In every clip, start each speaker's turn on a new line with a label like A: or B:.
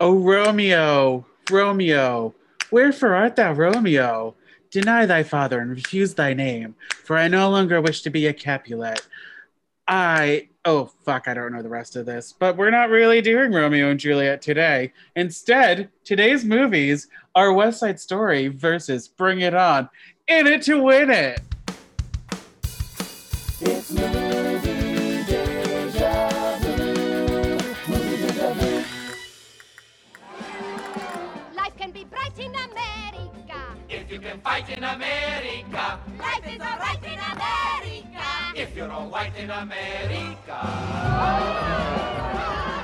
A: Oh, Romeo, Romeo, wherefore art thou, Romeo? Deny thy father and refuse thy name, for I no longer wish to be a Capulet. I, oh fuck, I don't know the rest of this, but we're not really doing Romeo and Juliet today. Instead, today's movies are West Side Story versus Bring It On, in it to win it.
B: It's movie deja vu. Movie deja vu.
C: Life can be bright in America.
D: If you can fight in America,
C: Life is alright in America.
D: if you're all white in America.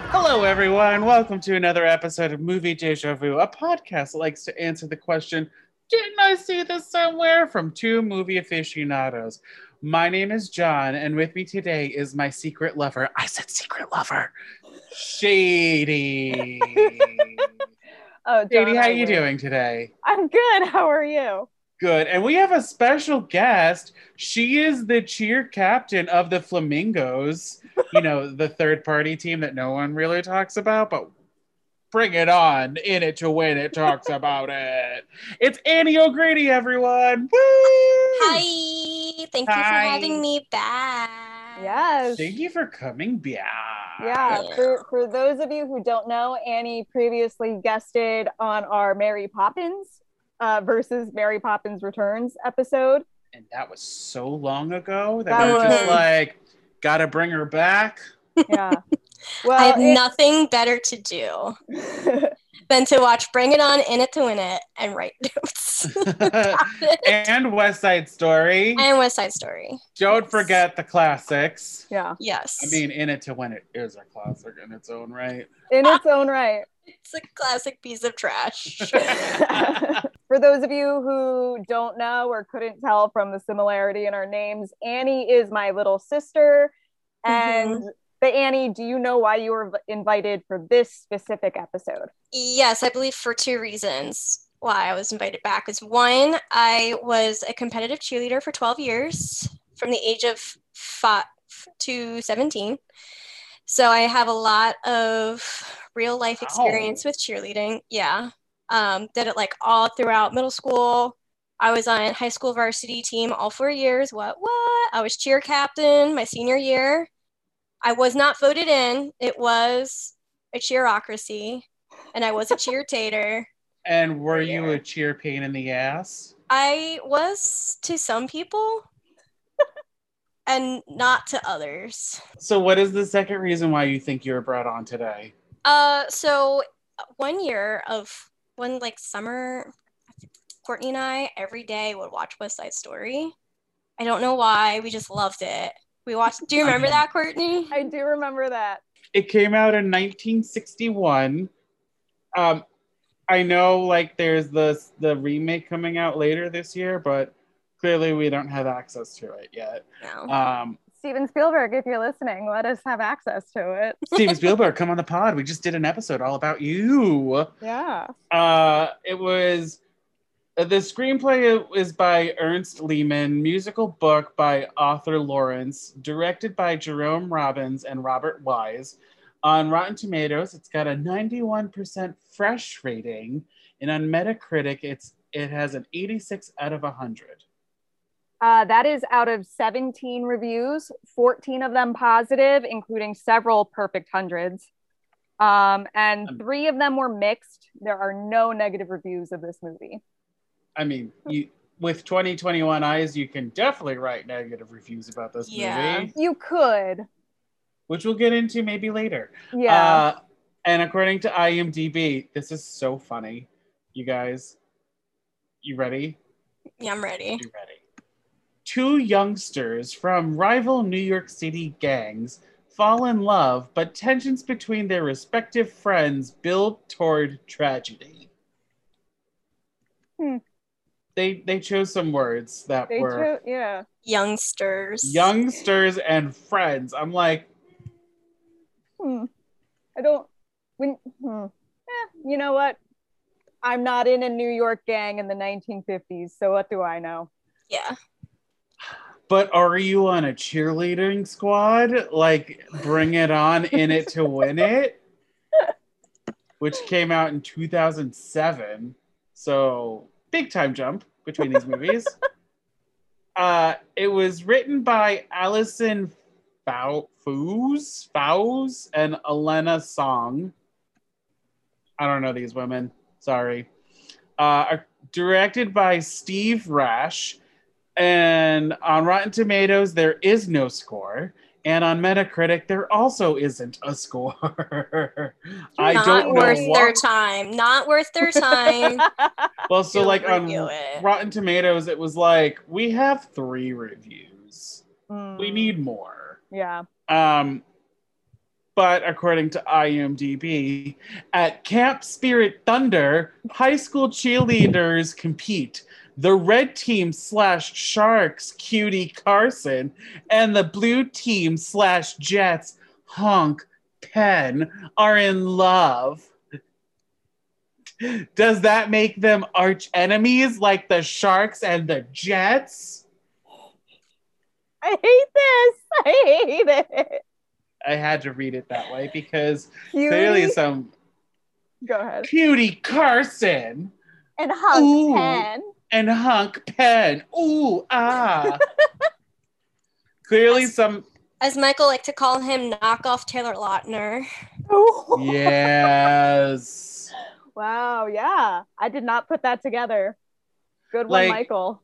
A: Hello, everyone. Welcome to another episode of Movie Deja Vu, a podcast that likes to answer the question, Didn't I see this somewhere? from two movie aficionados. My name is John, and with me today is my secret lover. I said secret lover, Shady.
E: Oh,
A: Shady,
E: Donna,
A: how you
E: we're-
A: doing today?
E: I'm good. How are you?
A: Good. And we have a special guest. She is the cheer captain of the Flamingos, you know, the third party team that no one really talks about, but bring it on. In it to win it talks about it. It's Annie O'Grady, everyone. Woo!
F: Hi, thank you
A: Hi.
F: for having me back.
E: Yes.
A: Thank you for coming back.
E: Yeah.
F: Yeah.
E: For, for those of you who don't know, Annie previously guested on our Mary Poppins uh, versus Mary Poppins Returns episode.
A: And that was so long ago that,
E: That
A: we were just
F: was-
A: like, gotta bring her back.
E: Yeah.
F: I
E: Well,
F: have
E: it-
F: nothing better to do than to watch Bring It On, In It to Win It, and write notes.
A: and West Side Story.
F: and West Side Story.
A: Don't forget the classics.
E: yeah.
F: Yes.
A: I mean, in it to win it is a classic in its own right.
E: In its own right.
F: it's a classic piece of trash.
E: For those of you who don't know or couldn't tell from the similarity in our names, Annie is my little sister. And but Annie, do you know why you were v- invited for this specific episode?
F: Yes, I believe for two reasons why I was invited back is one, I was a competitive cheerleader for 12 years from the age of five to 17. So I have a lot of real life
A: Wow.
F: experience with cheerleading. Yeah. Um, did it like all throughout middle school. I was on high school varsity team all four years. What, what? I was cheer captain my senior year. I was not voted in. It was a cheerocracy and I was a cheertater.
A: And were you
F: Yeah.
A: a cheer pain in the ass?
F: I was to some people and not to others.
A: So, what is the second reason why you think you were brought on today?
F: Uh, so one year of one like summer, Courtney and I every day would watch West Side Story. I don't know why, we just loved it. We watched. Do you remember that, Courtney?
E: I do remember that.
A: It came out in 1961. Um, I know, like, there's the the remake coming out later this year, but clearly we don't have access to it yet.
F: No.
A: Um,
E: Steven Spielberg, if you're listening, let us have access to it.
A: Steven Spielberg, come on the pod. We just did an episode all about you.
E: Yeah.
A: Uh, it was uh, the screenplay is by Ernst Lehman, musical book by Arthur Lawrence, directed by Jerome Robbins and Robert Wise. On Rotten Tomatoes, it's got a 91% fresh rating, and on Metacritic, it's it has an 86 out of 100.
E: Uh, that is out of 17 reviews, 14 of them positive, including several perfect hundreds. Um, and
A: Um,
E: three of them were mixed. There are no negative reviews of this movie.
A: I mean, you with 2021 eyes, you can definitely write negative reviews about this
F: Yeah.
A: movie,
E: You could.
A: which we'll get into maybe later.
E: Yeah.
A: Uh, and according to IMDb, this is so funny. You guys, you ready?
F: Yeah, I'm ready.
A: You ready? Two youngsters from rival New York City gangs fall in love, but tensions between their respective friends build toward tragedy.
E: Hmm.
A: They they chose some words that
E: they
A: were
E: do. Yeah.
F: Youngsters.
A: youngsters and friends. I'm like,
E: Hmm. I don't. When. Hmm. Eh, you know what? I'm not in a New York gang in the 1950s, so what do I know?
F: Yeah.
A: But are you on a cheerleading squad? Like, bring it on in it to win it? which came out in 2007. So big time jump between these movies. Uh, it was written by Allison Fou- Foos, Fows and Elena Song. I don't know these women. Sorry. Uh, directed by Steve Rash. And on Rotten Tomatoes, there is no score. And on Metacritic, there also isn't a score. I
F: not
A: don't know
F: worth
A: why.
F: their time. Not worth their time.
A: Well, so
F: to
A: like on
F: review it.
A: Rotten Tomatoes, it was like we have three reviews. We
E: Mm,
A: need more.
E: Yeah.
A: Um, but according to IMDb, at Camp Spirit Thunder, high school cheerleaders compete. The red team slash Sharks Cutie Carson and the blue team slash Jets Honk Penn are in love. Does that make them arch enemies like the Sharks and the Jets?
E: I hate this. I hate it.
A: I had to read it that way because
E: Cutie.
A: clearly some
E: Go ahead.
A: Cutie Carson
E: And hug
A: Ooh.
E: pen.
A: and Hunk Penn. Ooh, ah. Clearly, some.
F: As Michael liked to call him, knockoff Taylor Lautner.
E: Ooh.
A: Yes.
E: Wow. Yeah. I did not put that together. Good
A: Like-
E: one, Michael.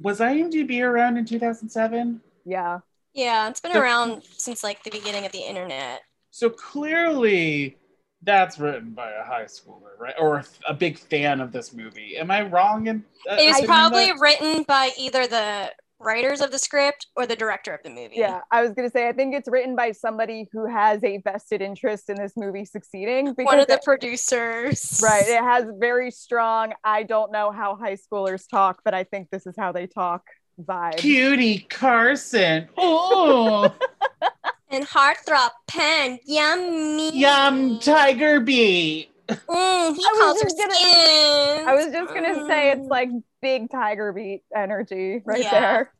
A: Was IMDb around in 2007?
E: Yeah.
F: Yeah, it's been
A: The-
F: around since like the beginning of the internet.
A: So clearly, that's written by a high schooler, right? Or a big fan of this movie. Am I wrong? In, uh,
F: It was
A: assuming
F: probably
A: that?
F: written by either the writers of the script or the director of the movie.
E: Yeah, I was gonna say I think it's written by somebody who has a vested interest in this movie succeeding because
F: One of the
E: it-
F: producers.
E: right, it has very strong. I don't know how high schoolers talk, but I think this is how they talk vibe.
A: Cutie Carson. Ooh.
F: And Heartthrob Pen. Yummy.
A: Yum, Tiger Bee.
F: Mm, he
E: I was
F: calls her Mm.
E: just gonna-
F: skin.
E: I was just gonna say it's like big tiger beat energy right
F: Yeah.
E: there.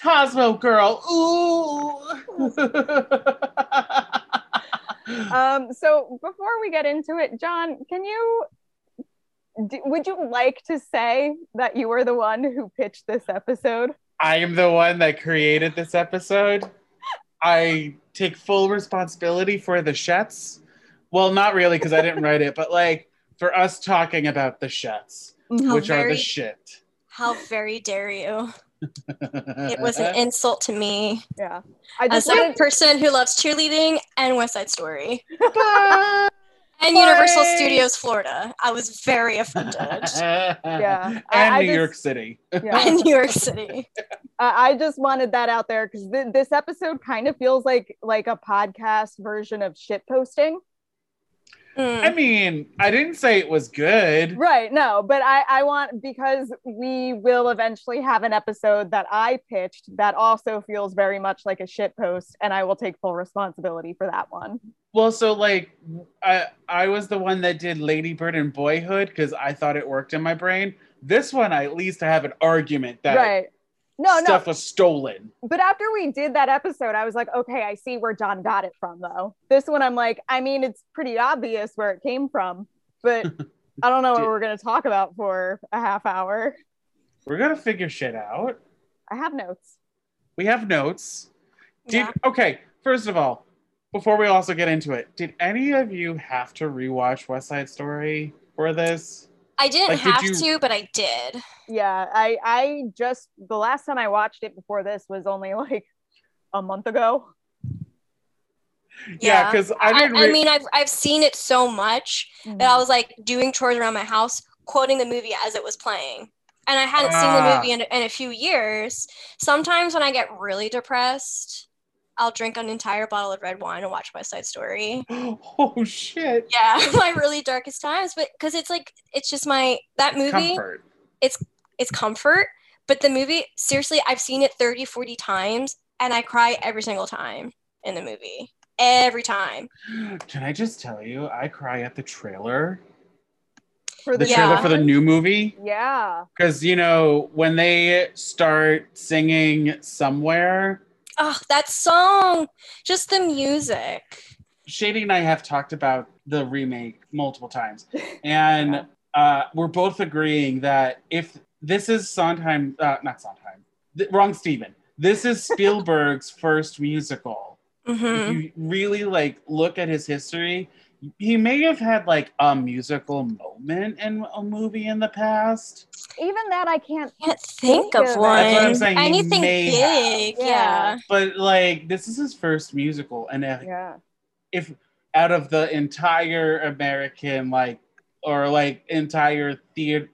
A: Cosmo Girl. Ooh.
E: Um, so before we get into it, John, can you? d would you like to say that you were the one who pitched this episode?
A: I am the one that created this episode. I take full responsibility for the Shets. Well, not really, because I didn't write it, but like for us talking about the Shets,
F: How
A: which are
F: very-
A: the shit.
F: How very dare you? It was
A: Uh-huh.
F: an insult to me
E: Yeah, I
F: as
E: just
F: a
E: wanted.
F: person who loves cheerleading and West Side Story
A: Bye.
F: and Universal
A: Bye.
F: Studios Florida. I was very offended.
A: yeah. And
E: I- I
A: New
E: just-
A: York City.
E: Yeah.
F: in New York City.
E: I I just wanted that out there because th- this episode kind of feels like like a podcast version of shit posting.
F: Mm.
A: I mean, I didn't say it was good.
E: Right. No, but I I want because we will eventually have an episode that I pitched that also feels very much like a shit post, and I will take full responsibility for that one.
A: Well, so like I I was the one that did Lady Bird and Boyhood because I thought it worked in my brain. This one, I at least have an argument that
E: right. No, no.
A: stuff was stolen.
E: But after we did that episode, I was like, okay, I see where John got it from, though. This one, I'm like, I mean, it's pretty obvious where it came from, but I don't know what
A: Dude.
E: we're going to talk about for a half hour.
A: We're gonna figure shit out.
E: I have notes.
A: We have notes. Did
F: Yeah.
A: okay? First of all, before we also get into it, did any of you have to rewatch West Side Story for this?
F: I didn't
A: Like, did
F: have
A: you-
F: to, but I did.
E: Yeah, I I just the last time I watched it before this was only like a month ago.
A: Yeah, because I
F: I,
A: didn't.
F: I
A: re- Mm.
F: mean, I've, I've seen it so much that I was like doing chores around my house, quoting the movie as it was playing. And I hadn't seen the
A: Ah.
F: movie in, in a few years. Sometimes when I get really depressed, I'll drink an entire bottle of red wine and watch West Side Story.
A: oh shit!
F: Yeah, my really darkest times, but because it's like, it's just my, that movie,
A: Comfort.
F: it's comfort. But the movie, seriously, I've seen it 30, 40 times and I cry every single time in the movie. Every time.
A: Can I just tell you, I cry at the trailer,
E: for
A: the
F: Yeah.
A: trailer for the new movie.
E: Yeah.
A: Because, you know, when they start singing somewhere,
F: Oh, that song, just the music.
A: Shady and I have talked about the remake multiple times, and uh, we're both agreeing that if this is Sondheim, uh, not Sondheim, th- wrong Steven. This is Spielberg's first musical. If
F: Mhm.
A: you really like look at his history, he may have had like a musical moment in a movie in the past.
E: Even that I can't.
F: Can't think of
E: That's
F: one.
E: what I'm
A: saying, he
F: Anything
A: may have.
F: big,
E: Yeah.
F: yeah.
A: But like this is his first musical, and if,
E: Yeah.
A: if out of the entire American like or like entire theater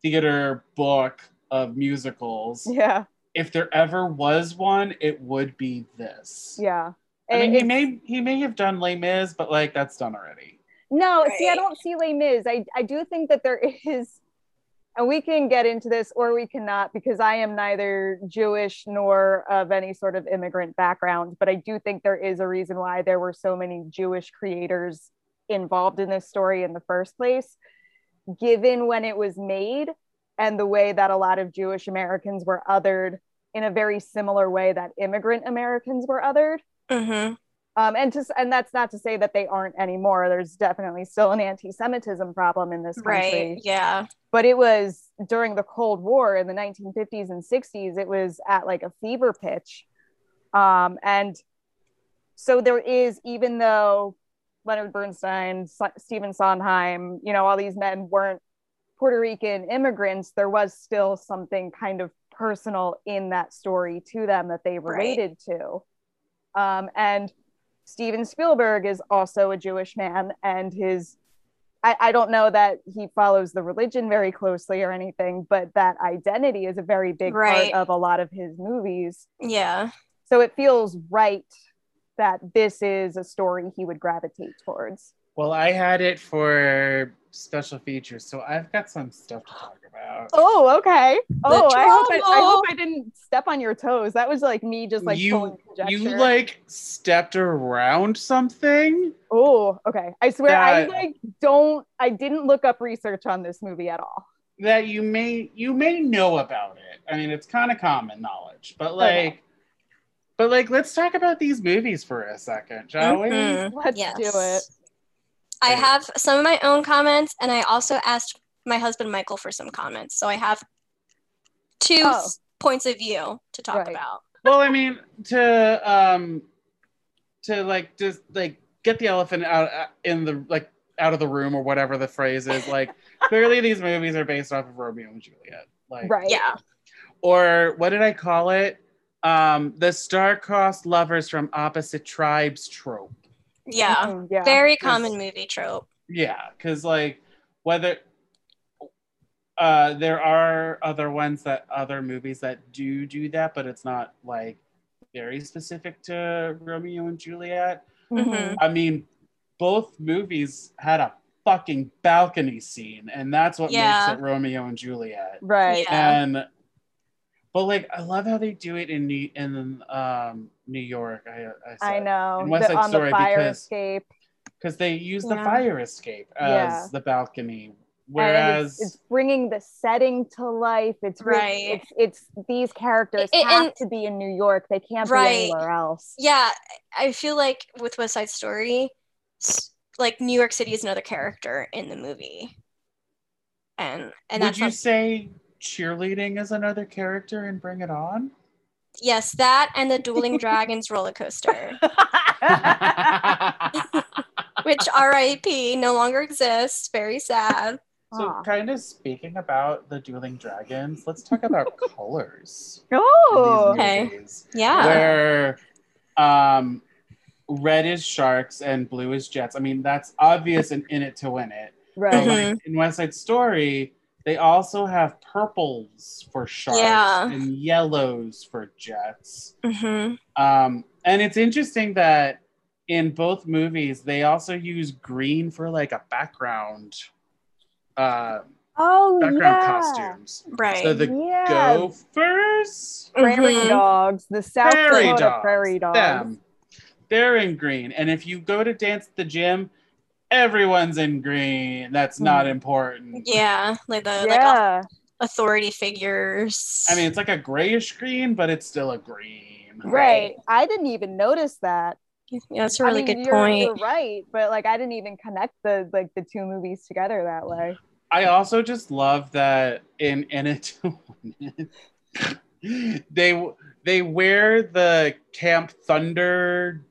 A: theater book of musicals,
E: Yeah.
A: if there ever was one, it would be this.
E: Yeah.
A: I mean,
E: It-
A: he may he may have done Les Mis, but like that's done already.
E: No, see, I
F: Right.
E: don't see Les Mis. I, I do think that there is, and we can get into this or we cannot because I am neither Jewish nor of any sort of immigrant background, but I do think there is a reason why there were so many Jewish creators involved in this story in the first place, given when it was made and the way that a lot of Jewish Americans were othered in a very similar way that immigrant Americans were othered
F: Mhm.
E: um, and to, and that's not to say that they aren't anymore. There's definitely still an anti-Semitism problem in this country,
F: Right. Yeah.
E: but it was during the Cold War in the 1950s and 60s. It was at like a fever pitch, um, and so there is even though Leonard Bernstein, S- Stephen Sondheim, you know, all these men weren't Puerto Rican immigrants, there was still something kind of personal in that story to them that they related to. Um, and Steven Spielberg is also a Jewish man, and his I, I don't know that he follows the religion very closely or anything, but that identity is a very big
F: Right.
E: part of a lot of his movies.
F: Yeah.
E: So it feels right that this is a story he would gravitate towards.
A: Well, I had it for special features, so I've got some stuff to talk about.
E: Oh, okay. Oh, I hope I, I
F: trouble.
E: hope I didn't step on your toes. That was like me just like
A: You-
E: pulling conjecture.
A: You like stepped around something.
E: Oh, okay. I swear I
A: That-
E: like don't I didn't look up research on this movie at all.
A: that you may you may know about it. I mean, it's kind of common knowledge, but like,
E: Okay.
A: but like, let's talk about these movies for a second, shall
E: Mm-hmm.
A: we?
F: Mhm.
E: Let's
F: Yes.
E: do it.
F: I
A: Right.
F: have some of my own comments, and I also asked my husband Michael for some comments. So I have two
E: Oh.
F: s- points of view to talk
E: Right.
F: about.
A: Well, I mean, to um, to like just like get the elephant out uh, in the like out of the room or whatever the phrase is. Like, clearly these movies are based off of Romeo and Juliet. Like,
E: Right.
F: Yeah.
A: or what did I call it? Um, the star-crossed lovers from opposite tribes trope.
F: Yeah.
E: Mhm, Yeah.
F: Very common movie trope.
A: Yeah, because like whether uh, there are other ones that other movies that do do that, but it's not like very specific to Romeo and Juliet.
F: mm-hmm.
E: Mhm.
A: I mean, both movies had a fucking balcony scene, and that's what
F: Yeah.
A: makes it Romeo and Juliet.
E: Right.
F: Yeah.
A: And but like, I love how they do it in New in um, New York. I I, said
E: I know.
A: In West
E: The-
A: Side
E: on the
A: Story,
E: fire
A: because-
E: escape.
A: because they use the
F: Yeah.
A: fire escape as
E: Yeah.
A: the balcony,
E: and
A: whereas.
E: it's, it's bringing the setting to life. It's really,
F: Right.
E: It's, it's these characters
F: I-
E: have
F: and-
E: to be in New York. They can't
F: Right.
E: be anywhere else.
F: Yeah. I feel like with West Side Story, s- like New York City is another character in the movie. And and
A: Would
F: that's
A: you
F: not-
A: say cheerleading is another character in Bring It On?
F: yes, that and the Dueling Dragons roller coaster, which R.I.P. no longer exists. Very sad.
A: so,
E: Aw.
A: kind of speaking about the Dueling Dragons, let's talk about colors. in these
E: Oh,
F: Okay.
A: movies,
F: Yeah.
A: Where um, red is sharks and blue is jets. I mean, that's obvious in, in it to win it.
E: right.
A: But,
F: Mhm.
A: like, in West Side Story, they also have purples for sharks
F: Yeah.
A: and yellows for jets.
F: Mhm.
A: Um, and it's interesting that in both movies, they also use green for like a background, uh,
E: Oh,
A: background
E: yeah.
A: costumes.
F: Right.
A: So the
E: yeah.
A: gophers,
E: Prairie
F: Mhm.
E: dogs, the South
A: prairie
E: Dakota
A: dogs,
E: prairie dogs.
A: them, they're in green. And if you go to dance at the gym, everyone's in green. That's not
E: Hmm.
A: important.
F: yeah, like the like oh, au-
E: Yeah,
F: authority figures.
A: I mean, it's like a grayish green, but it's still a green.
E: right. I didn't even notice that.
F: Yeah, that's a really
E: I mean,
F: good
E: you're,
F: point.
E: You're right, but like I didn't even connect the like the two movies together that way.
A: I also just love that in in it they they wear the Camp Thunder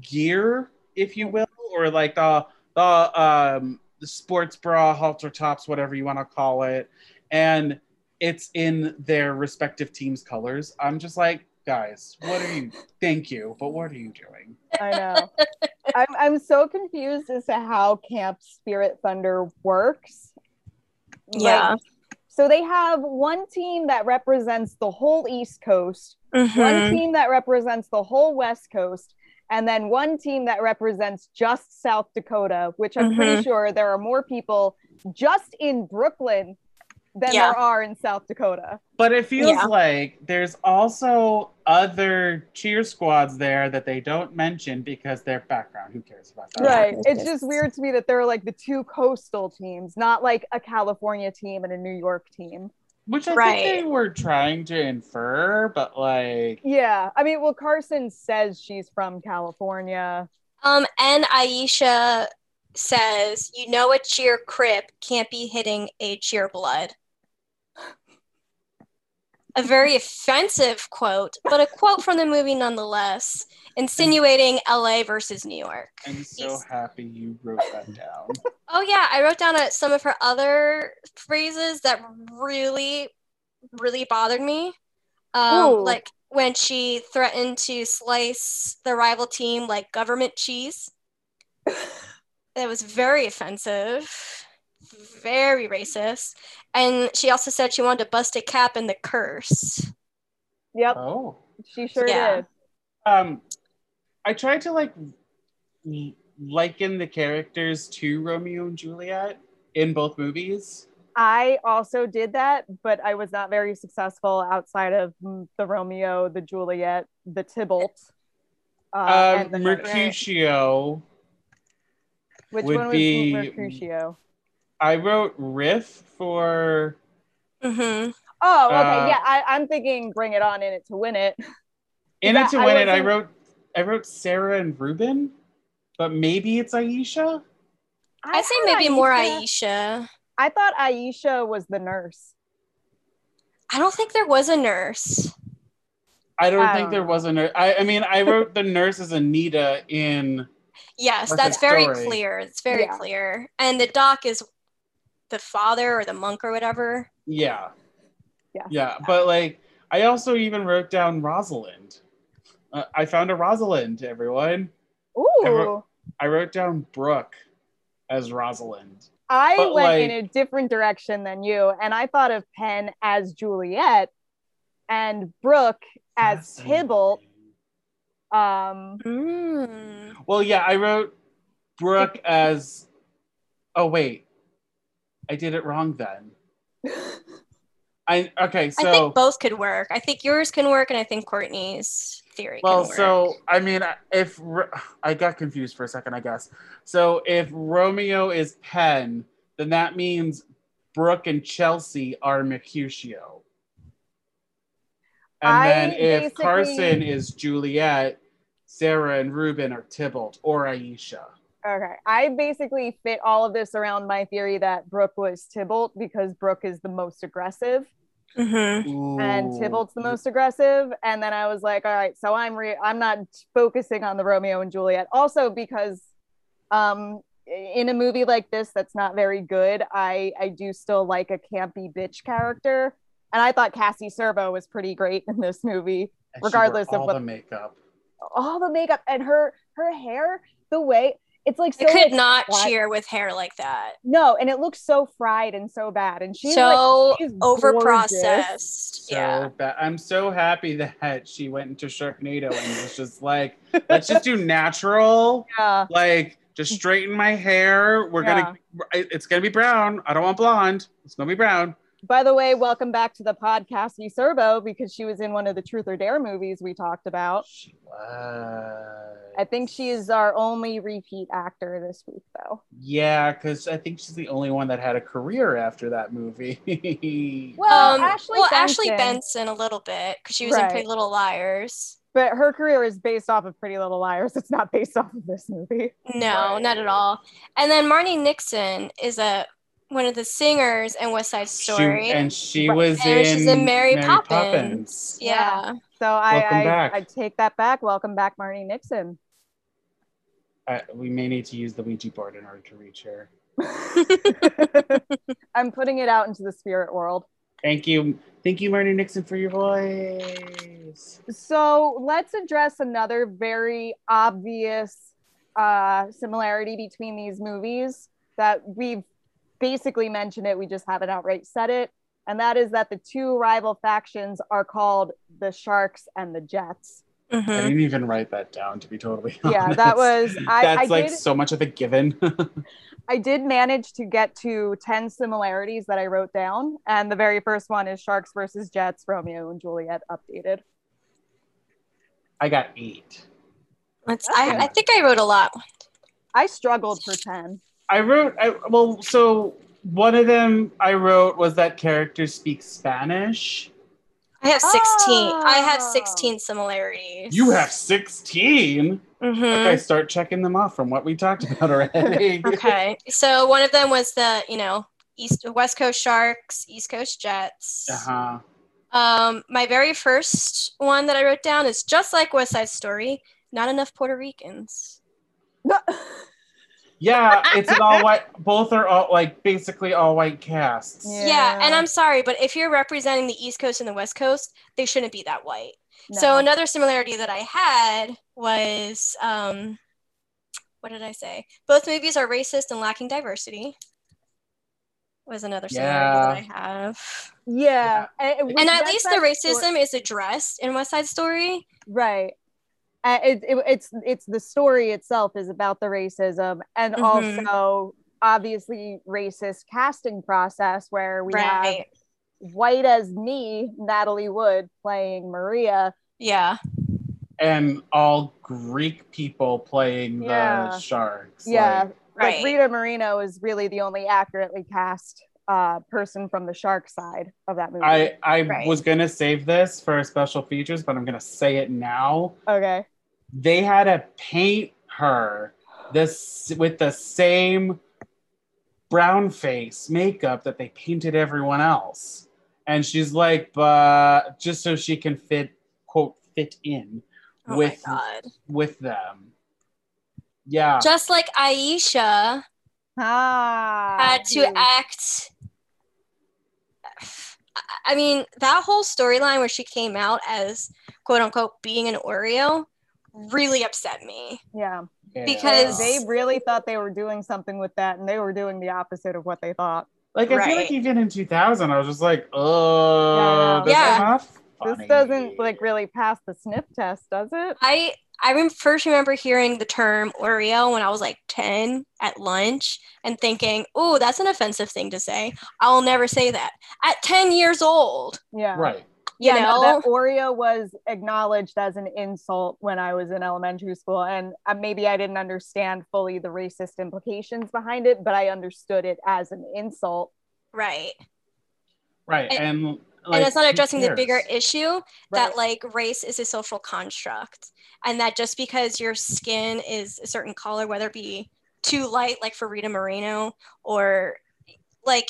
A: gear, if you will, or like the the um the sports bra, halter tops, whatever you want to call it, and it's in their respective teams' colors. I'm just like, guys, what are you? Thank you, but what are you doing?
E: I know. I'm I'm so confused as to how Camp Spirit Thunder works. Like,
F: yeah.
E: so they have one team that represents the whole East Coast, one
F: Mhm.
E: team that represents the whole West Coast, and then one team that represents just South Dakota, which I'm
F: Mm-hmm.
E: pretty sure there are more people just in Brooklyn than
F: Yeah.
E: there are in South Dakota.
A: But it feels
F: Yeah.
A: like there's also other cheer squads there that they don't mention because their background. Who cares about that?
E: Right.
F: Yeah.
E: It's just weird to me that they're like the two coastal teams, not like a California team and a New York team.
A: Which I
F: Right.
A: think they were trying to infer, but like
E: Yeah. I mean, well, Carson says she's from California.
F: Um, and Aisha says, you know, a cheer crip can't be hitting a cheer blood. A very offensive quote, but a quote from the movie nonetheless, insinuating LA versus New York.
A: I'm so
F: Yes.
A: happy you wrote that down.
F: Oh, yeah, I wrote down uh, some of her other phrases that really, really bothered me. Um,
E: Ooh.
F: like when she threatened to slice the rival team like government cheese. that was very offensive, very racist. And she also said she wanted to bust a cap in the curse.
E: Yep.
A: oh.
E: She sure
F: Yeah.
E: did.
A: Um I tried to like l- liken the characters to Romeo and Juliet in both movies.
E: I also did that, but I was not very successful outside of mm, the Romeo, the Juliet, the Tybalt.
F: Oh,
E: Uh,
A: Uh,
E: and the
A: Mercutio.
E: Which
A: would
E: one was
A: be-
E: Mercutio?
A: I wrote riff for
F: Mm-hmm.
E: Oh, okay.
A: Uh,
E: yeah, I, I'm thinking bring it on in it to win it.
A: In
E: Yeah,
A: it to
E: I
A: win it, I
E: wasn't-
A: wrote I wrote Sarah and Ruben, but maybe it's Aisha.
F: I'd say maybe
E: thought
F: more Aisha.
E: I thought Aisha was the nurse.
F: I don't think there was a nurse.
A: I don't
E: I
A: think
E: don't
A: there was a nurse. I, I mean, I wrote the nurse as Anita in
F: Yes,
A: That's
F: that's
A: a
F: very
A: story.
F: clear. It's very
E: Yeah.
F: clear. And the doc is the father or the monk or whatever.
A: yeah,
E: Yeah.
A: yeah. But like, I also even wrote down Rosalind. Uh, I found a Rosalind. Everyone,
E: Ooh.
A: wrote- I wrote down Brooke as Rosalind.
E: I
A: But,
E: went in
A: like-
E: a different direction than you, and I thought of Penn as Juliet and Brooke as
A: Fascinating.
E: Tybalt. Um,
F: Mm.
A: Well, yeah, I wrote Brooke as. Oh wait, I did it wrong then. I okay. So
F: I think both could work. I think yours can work, and I think Courtney's theory
A: Well,
F: can work.
A: so I mean, if Ro- I got confused for a second, I guess. So if Romeo is Penn, then that means Brooke and Chelsea are Mercutio. And
E: I
A: then if
E: basically-
A: Carson is Juliet, Sarah and Ruben are Tybalt or Aisha.
E: okay. I basically fit all of this around my theory that Brooke was Tybalt because Brooke is the most aggressive
F: Mhm.
E: and
A: Ooh.
E: Tybalt's the most aggressive. And then I was like, all right, so I'm re- I'm not focusing on the Romeo and Juliet. Also because um in a movie like this that's not very good, I I do still like a campy bitch character. And I thought Cassie Servo was pretty great in this movie.
A: And she wore
E: regardless of
A: all
E: what-
A: the makeup.
E: All the makeup and her her hair, the way it's like so
F: I could
E: like,
F: not
E: what?
F: cheer with hair like that.
E: no, and it looks so fried and so bad. And she's like
F: so
E: she's
F: over
E: gorgeous.
F: processed.
A: So
F: yeah.
A: ba- I'm so happy that she went into Sharknado and was just like, let's just do natural.
E: Yeah.
A: like just straighten my hair we're gonna it- it's gonna be brown i don't want blonde it's gonna be brown
E: By the way, welcome back to the podcast, Cassie Serbo, because she was in one of the Truth or Dare movies we talked about.
A: she was
E: I think she is our only repeat actor this week, though.
A: yeah because i think she's the only one that had a career after that movie
E: Well,
F: um,
E: Ashley
F: well,
E: Benson.
F: Ashley Benson a little bit because she was in
E: Right.
F: Pretty Little Liars.
E: but her career is based off of Pretty Little Liars. It's not based off of this movie.
F: No, not at all. And then Marnie Nixon is a one of the singers in West Side
A: She,
F: Story.
A: and she
E: Right.
A: was
F: And
A: in,
F: she's in Mary, Poppins.
A: Poppins.
F: Yeah.
E: So I
A: Welcome
E: I,
A: back.
E: I take that back. Welcome back, Marnie Nixon.
A: I, we may need to use the Ouija board in order to reach her.
E: I'm putting it out into the spirit world.
A: Thank you, thank you, Marnie Nixon, for your voice.
E: So let's address another very obvious uh, similarity between these movies that we've basically mentioned it, we just haven't outright said it. And that is that the two rival factions are called the Sharks and the Jets.
A: I
F: Mhm.
A: didn't even write that down to be totally honest.
E: Hmm. Yeah, that was I, I
A: Oh, That's like
E: did
A: so much of a given.
E: I did manage to get to 10 similarities that I wrote down. And the very first one is Sharks versus Jets, Romeo and Juliet updated.
A: I got eight.
F: Let's, I, I think I wrote a lot.
E: I struggled for 10.
A: I wrote I well so one of them I wrote was that character speaks Spanish.
F: I have 16. I have
E: Oh.
F: 16 similarities.
A: You have 16.
F: Mhm.
A: I
E: Hmm.
A: start checking them off from what we talked about already.
F: okay. So one of them was the, you know, East West Coast Sharks, East Coast Jets.
A: Uh-huh.
F: Um, my very first one that I wrote down is just like West Side Story, not enough Puerto Ricans.
A: Yeah, it's an all white both are all like basically all white casts.
E: Yeah.
F: Yeah. and I'm sorry, but if you're representing the East Coast and the West Coast, they shouldn't be that white. So
E: No.
F: another similarity that I had was um, what did I say? Both movies are racist and lacking diversity. Was another similarity that I have.
E: Yeah. And,
F: and at least the racism is addressed in West Side Story.
E: right. Uh, it, it- it's it's the story itself is about the racism and
F: Mhm.
E: also obviously racist casting process where we have
F: right.
E: white as me Natalie Wood playing Maria
F: Yeah.
A: And all Greek people playing
E: Yeah.
A: the sharks.
E: Yeah.
A: like,
F: Right. Oh
E: like Rita Marino is really the only accurately cast uh, person from the shark side of that movie.
A: I, I
F: Right.
A: was gonna save this for special features, but I'm gonna say it now.
E: okay.
A: they had to paint her this with the same brown face makeup that they painted everyone else and she's like but just so she can fit quote fit in
F: oh
A: with
F: my God.
A: with them
E: uh,
A: yeah
F: Just like Aisha
E: Ah,
F: had Uh, to act. I- I mean, that whole storyline where she came out as quote unquote being an Oreo really upset me.
E: yeah.
A: yeah.
F: because-
E: They really thought they were doing something with that, and they were doing the opposite of what they thought.
A: like i feel
F: Right.
A: like even in 2000 i was just like oh
E: Yeah.
A: this
F: Yeah.
A: is not funny.
E: This doesn't like really pass the sniff test, does it?
F: I I rem- first remember hearing the term Oreo when I was like 10 at lunch and thinking, oh, that's an offensive thing to say. I'll never say that. At 10 years old,
E: Yeah.
A: right
F: you
E: yeah, no,
F: know?
E: that Oreo was acknowledged as an insult when I was in elementary school, and uh, maybe I didn't understand fully the racist implications behind it, but I understood it as an insult.
F: right.
A: right and like,
F: and it's not
A: who
F: addressing the bigger
A: cares?
F: issue
E: Right.
F: that like race is a social construct and that just because your skin is a certain color whether it be too light like for rita moreno or like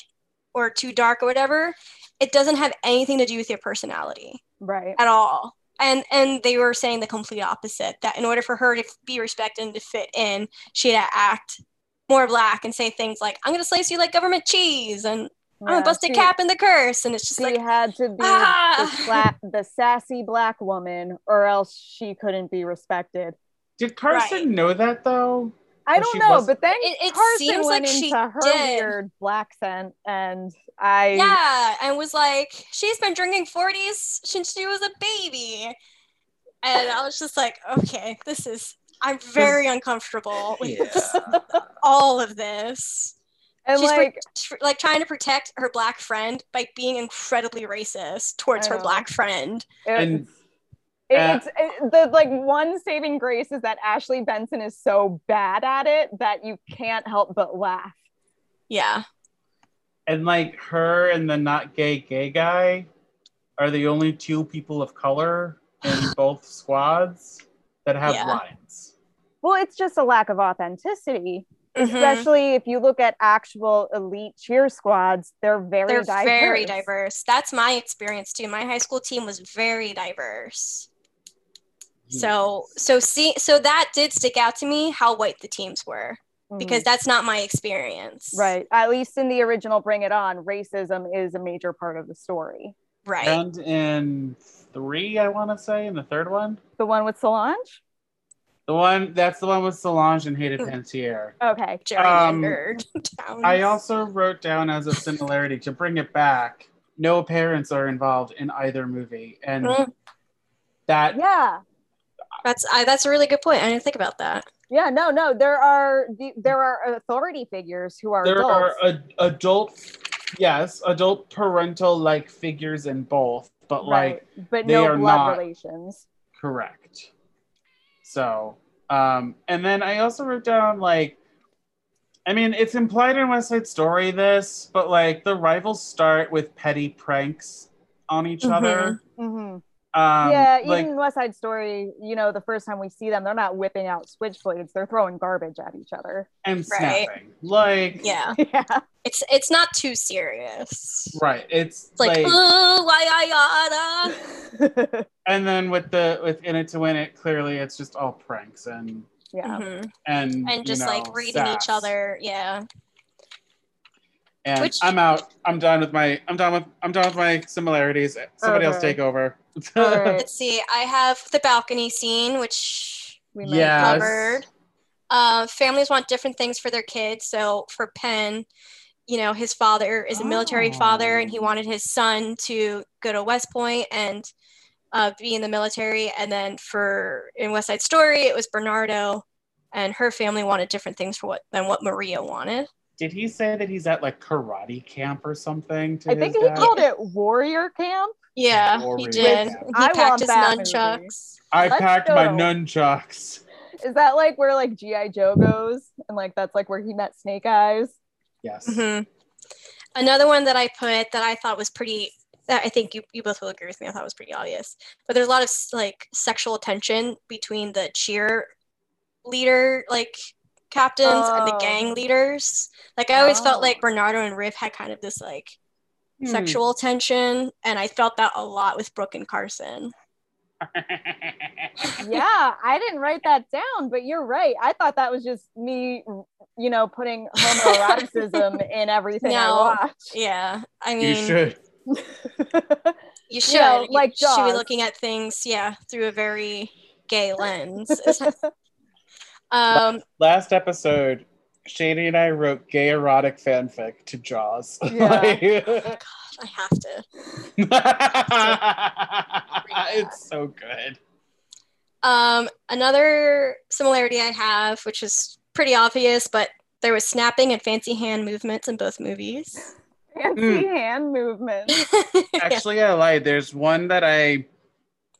F: or too dark or whatever it doesn't have anything to do with your personality
E: right.
F: at all and and they were saying the complete opposite that in order for her to be respected and to fit in she had to act more black and say things like i'm going to slice you like government cheese and i'm going
E: Yeah,
F: to bust a
E: she-
F: cap in the curse and it's just
E: She
F: like
E: had to be the,
F: Ah!
E: sla- the sassy black woman, or else she couldn't be respected.
A: did carson
F: Right.
A: know that though
E: I
A: Well,
E: don't
A: she
E: know,
A: was-
E: but then
F: It- it
E: Carson
F: seems
E: went
F: like
E: into
F: she
E: her
F: did.
E: weird black scent, and I
F: yeah and was like she's been drinking 40s since she was a baby and i was just like okay this is i'm very uncomfortable with all of this
E: and
F: she's
E: like
F: like, like trying to protect her black friend by being incredibly racist towards
E: I
F: her
E: know.
F: black friend
A: And-
E: it's- it's it, the like one saving grace is that Ashley Benson is so bad at it that you can't help but laugh.
F: yeah
A: and like her and the not gay gay guy are the only two people of color in both squads that have
F: Yeah.
A: lines.
E: Well, it's just a lack of authenticity,
F: Mhm.
E: especially if you look at actual elite cheer squads. They're very
F: They're
E: diverse.
F: very diverse. That's my experience too. My high school team was very diverse.
A: Hmm.
F: So so see so that did stick out to me how white the teams were
E: Mhm.
F: because that's not my experience.
E: right, at least in the original Bring It On, racism is a major part of the story.
F: Right.
A: and in three, I want to say, in the third one,
E: The one with Solange.
A: the one that's the one with Solange and Hayden Pantier.
E: Okay.
F: Gerrymandered towns.
A: um, I also wrote down as a similarity to bring it back. No parents are involved in either movie, and
F: Mm.
A: that
E: Yeah.
F: that's I, that's a really good point. I didn't think about that.
E: Yeah. No. No. There are the, there are authority figures who are
A: there
E: adults.
A: are a, adult, yes, adult parental like figures in both, but uh, like
E: right. But
A: they
E: no
A: are
E: blood
A: not-
E: relations.
A: Correct. So, um, and then I also wrote down like, I mean, it's implied in West Side Story this, but like the rivals start with petty pranks on each
F: Mhm.
A: other.
E: hmm
A: Um,
E: Mm-hmm. yeah, even
A: like
E: in West Side Story, you know, the first time we see them, they're not whipping out switchblades; they're throwing garbage at each other.
A: and
F: Right.
A: snapping. Like,
F: Yeah.
E: yeah,
F: It's it's not too serious.
A: right. It's,
F: It's
A: like,
F: like, oh, why I gotta.
A: and then with the with in it to win it, clearly it's just all pranks and
E: yeah.
F: Mhm.
A: and you
F: And just
A: know,
F: like reading each
A: sass.
F: other. Yeah.
A: And
F: Which-
A: I'm out. I'm done with my. I'm done with. I'm done with my similarities. Somebody else
E: Okay.
A: take over.
E: All right,
F: Let's see. I have the balcony scene, which
E: we might-
A: Yes.
F: covered. Uh, families want different things for their kids. So for Penn, you know, his father is a military father, and he
A: Oh.
F: wanted his son to go to West Point and uh, be in the military. And then for in West Side Story, it was Bernardo, and her family wanted different things for what than what Maria wanted.
A: Did he say that he's at like karate camp or something? To
E: I think
A: his
E: he
A: dad?
E: called it Warrior Camp.
F: Yeah,
A: Glory.
F: he did.
A: Which
F: He
E: I want
F: packed his
E: that
F: nunchucks.
E: movie.
A: I
E: Let's
A: packed my
E: go.
A: nunchucks.
E: Is that like where like GI Joe goes, and like that's like where he met Snake Eyes?
A: Yes.
F: hmm
E: Mm-hmm.
F: Another one that I put that I thought was pretty, that I think you, you both will agree with me, I thought was pretty obvious. But there's a lot of s- like sexual tension between the cheer leader, like captains, and the
E: Oh.
F: gang leaders. Like I always
E: Oh. Hmm.
F: felt like Bernardo and Riff had kind of this like sexual tension, and I felt that a lot with Brooke and Carson.
E: yeah, I didn't write that down, but you're right. I thought that was just me, you know, putting homoeroticism in everything
F: No.
E: I
F: Yeah, I
A: you
F: mean,
A: should.
E: watch.
F: you should,
E: you know, like
F: you should be
E: Jaws.
F: looking at things, yeah, through a very gay lens. um,
A: Last episode, Shady and I wrote gay erotic fanfic to Jaws.
E: Yeah.
F: I have to.
A: Like- it's so good.
F: Um, another similarity I have, which is pretty obvious, but there was snapping and fancy hand movements in both movies.
E: Fancy
A: Mm.
E: hand movements.
F: Yeah.
A: Actually, I lied. There's one that I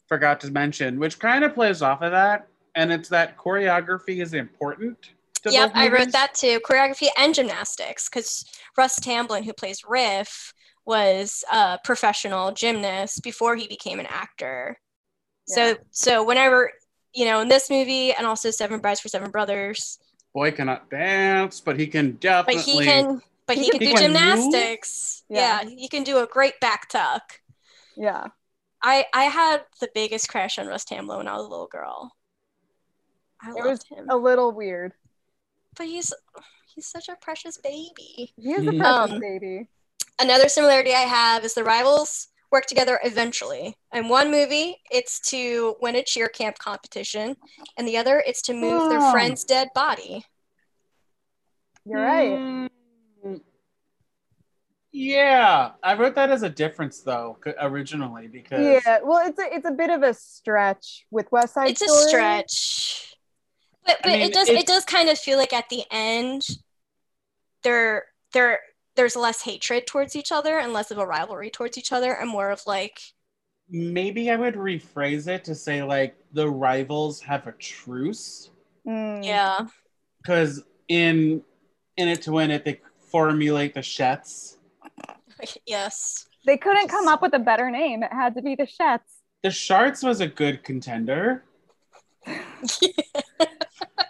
A: forgot to mention, which kind of plays off of that, and it's that choreography is important. To
F: Yep,
A: both
F: I wrote
A: movies.
F: that too. Choreography and gymnastics, because Russ Tamblin, who plays Riff, was a professional gymnast before he became an actor.
E: Yeah.
F: So, so whenever you know, in this movie, and also Seven Brides for Seven Brothers,
A: Boy cannot dance, but he can
F: but
A: definitely.
F: he can, but he,
A: He
F: can,
A: can
F: do
A: move?
F: gymnastics.
E: Yeah.
F: yeah, he can do a great back tuck.
E: Yeah.
F: I I had the biggest crush on Russ Tamlow when I was a little girl. I
E: was
F: loved him,
E: A little weird.
F: but he's he's such a precious baby.
E: He is a
A: Mhm.
E: precious
F: Um,
E: baby.
F: Another similarity I have is the rivals work together eventually. In one movie, it's to win a cheer camp competition, and the other, it's to move
A: Oh.
F: their friend's dead body.
E: You're right.
A: Mm. Yeah, I wrote that as a difference though c- originally because
E: Yeah. Well, it's a it's a bit of a stretch with West Side
F: It's a
E: Story.
F: stretch, but but
A: mean,
F: it does
A: it-
F: it does kind of feel like at the end, there there there's less hatred towards each other and less of a rivalry towards each other, and more of like
A: maybe I would rephrase it to say like the rivals have a truce
E: Mm.
F: Yeah.
A: because in in it to win it they formulate the shets.
F: Yes.
E: They couldn't come up with a better name. It had to be the Shets.
A: The Sharks was a good contender.
E: I,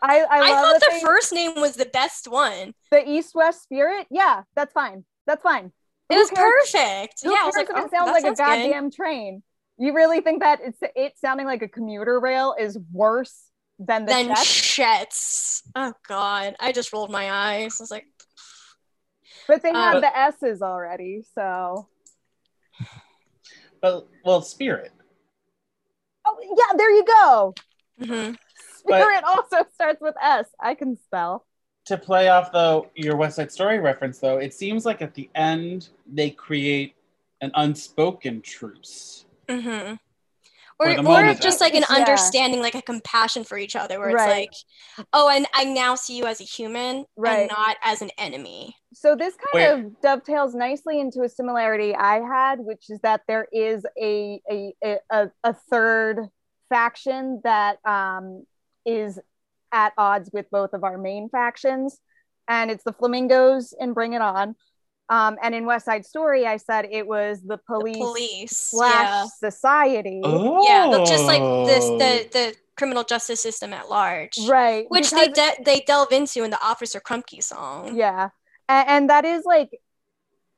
E: I,
F: I
E: love
F: thought
E: that
F: the
E: they-
F: first name was the best one.
E: the East West Spirit. Yeah, that's fine. That's fine.
F: It
E: Who
F: was
E: cares?
F: perfect.
E: Who
F: yeah, I was
E: cares
F: like,
E: if
F: oh,
E: it sounds
F: that
E: like a
F: sounds good.
E: goddamn train. You really think that it's it sounding like a commuter rail is worse than the
F: Then
E: Jets?
F: Shets. Oh God, I just rolled my eyes. I was like,
E: But they had
F: uh,
E: the S's already, so
A: But well, Spirit.
E: oh yeah, there you go.
F: mhm.
A: But-
E: Spirit also starts with S. I can spell.
A: To play off though your West Side Story reference though, it seems like at the end they create an unspoken truce.
F: Mm-hmm.
A: For
F: Or,
A: the
F: or
A: moment,
F: just
A: at
F: like an
E: least. Yeah.
F: understanding, like a compassion for each other, where it's
E: Right.
F: like, oh, and I now see you as a human
E: Right.
F: and not as an enemy.
E: So this kind
A: Where-
E: of dovetails nicely into a similarity I had, which is that there is a a a- a, a third faction that um, is at odds with both of our main factions, and it's the flamingos and Bring It On. Um, and in West Side Story, I said it was the police,
F: Police.
E: slash
F: yeah.
E: society,
A: Oh.
F: Yeah. the- Just like this, the, the criminal justice system at large,
E: right?
F: which
E: because-
F: they, de- they delve into in the Officer Crumpkey song.
E: yeah and, and that is like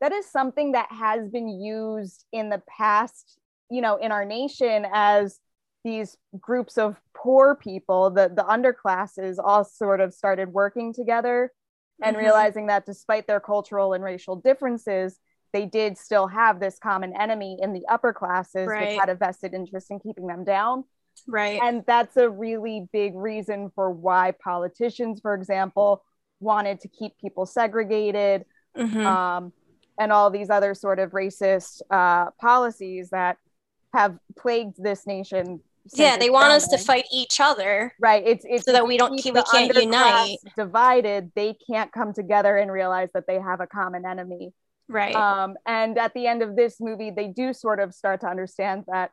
E: that is something that has been used in the past you know in our nation as these groups of poor people the the underclasses all sort of started working together and
F: Mhm.
E: realizing that despite their cultural and racial differences they did still have this common enemy in the upper classes
F: Right.
E: which had a vested interest in keeping them down
F: Right.
E: and that's a really big reason for why politicians, for example, wanted to keep people segregated
F: Mhm.
E: um, and all these other sort of racist uh, policies that have plagued this nation. since
F: yeah. They
E: its
F: want us to
E: founding.
F: fight each other.
E: Right. It's, it's
F: So that we don't
E: keep
F: keep- we
E: the
F: can't
E: underclass
F: unite.
E: Divided, they can't come together and realize that they have a common enemy.
F: Right.
E: Um, and at the end of this movie, they do sort of start to understand that.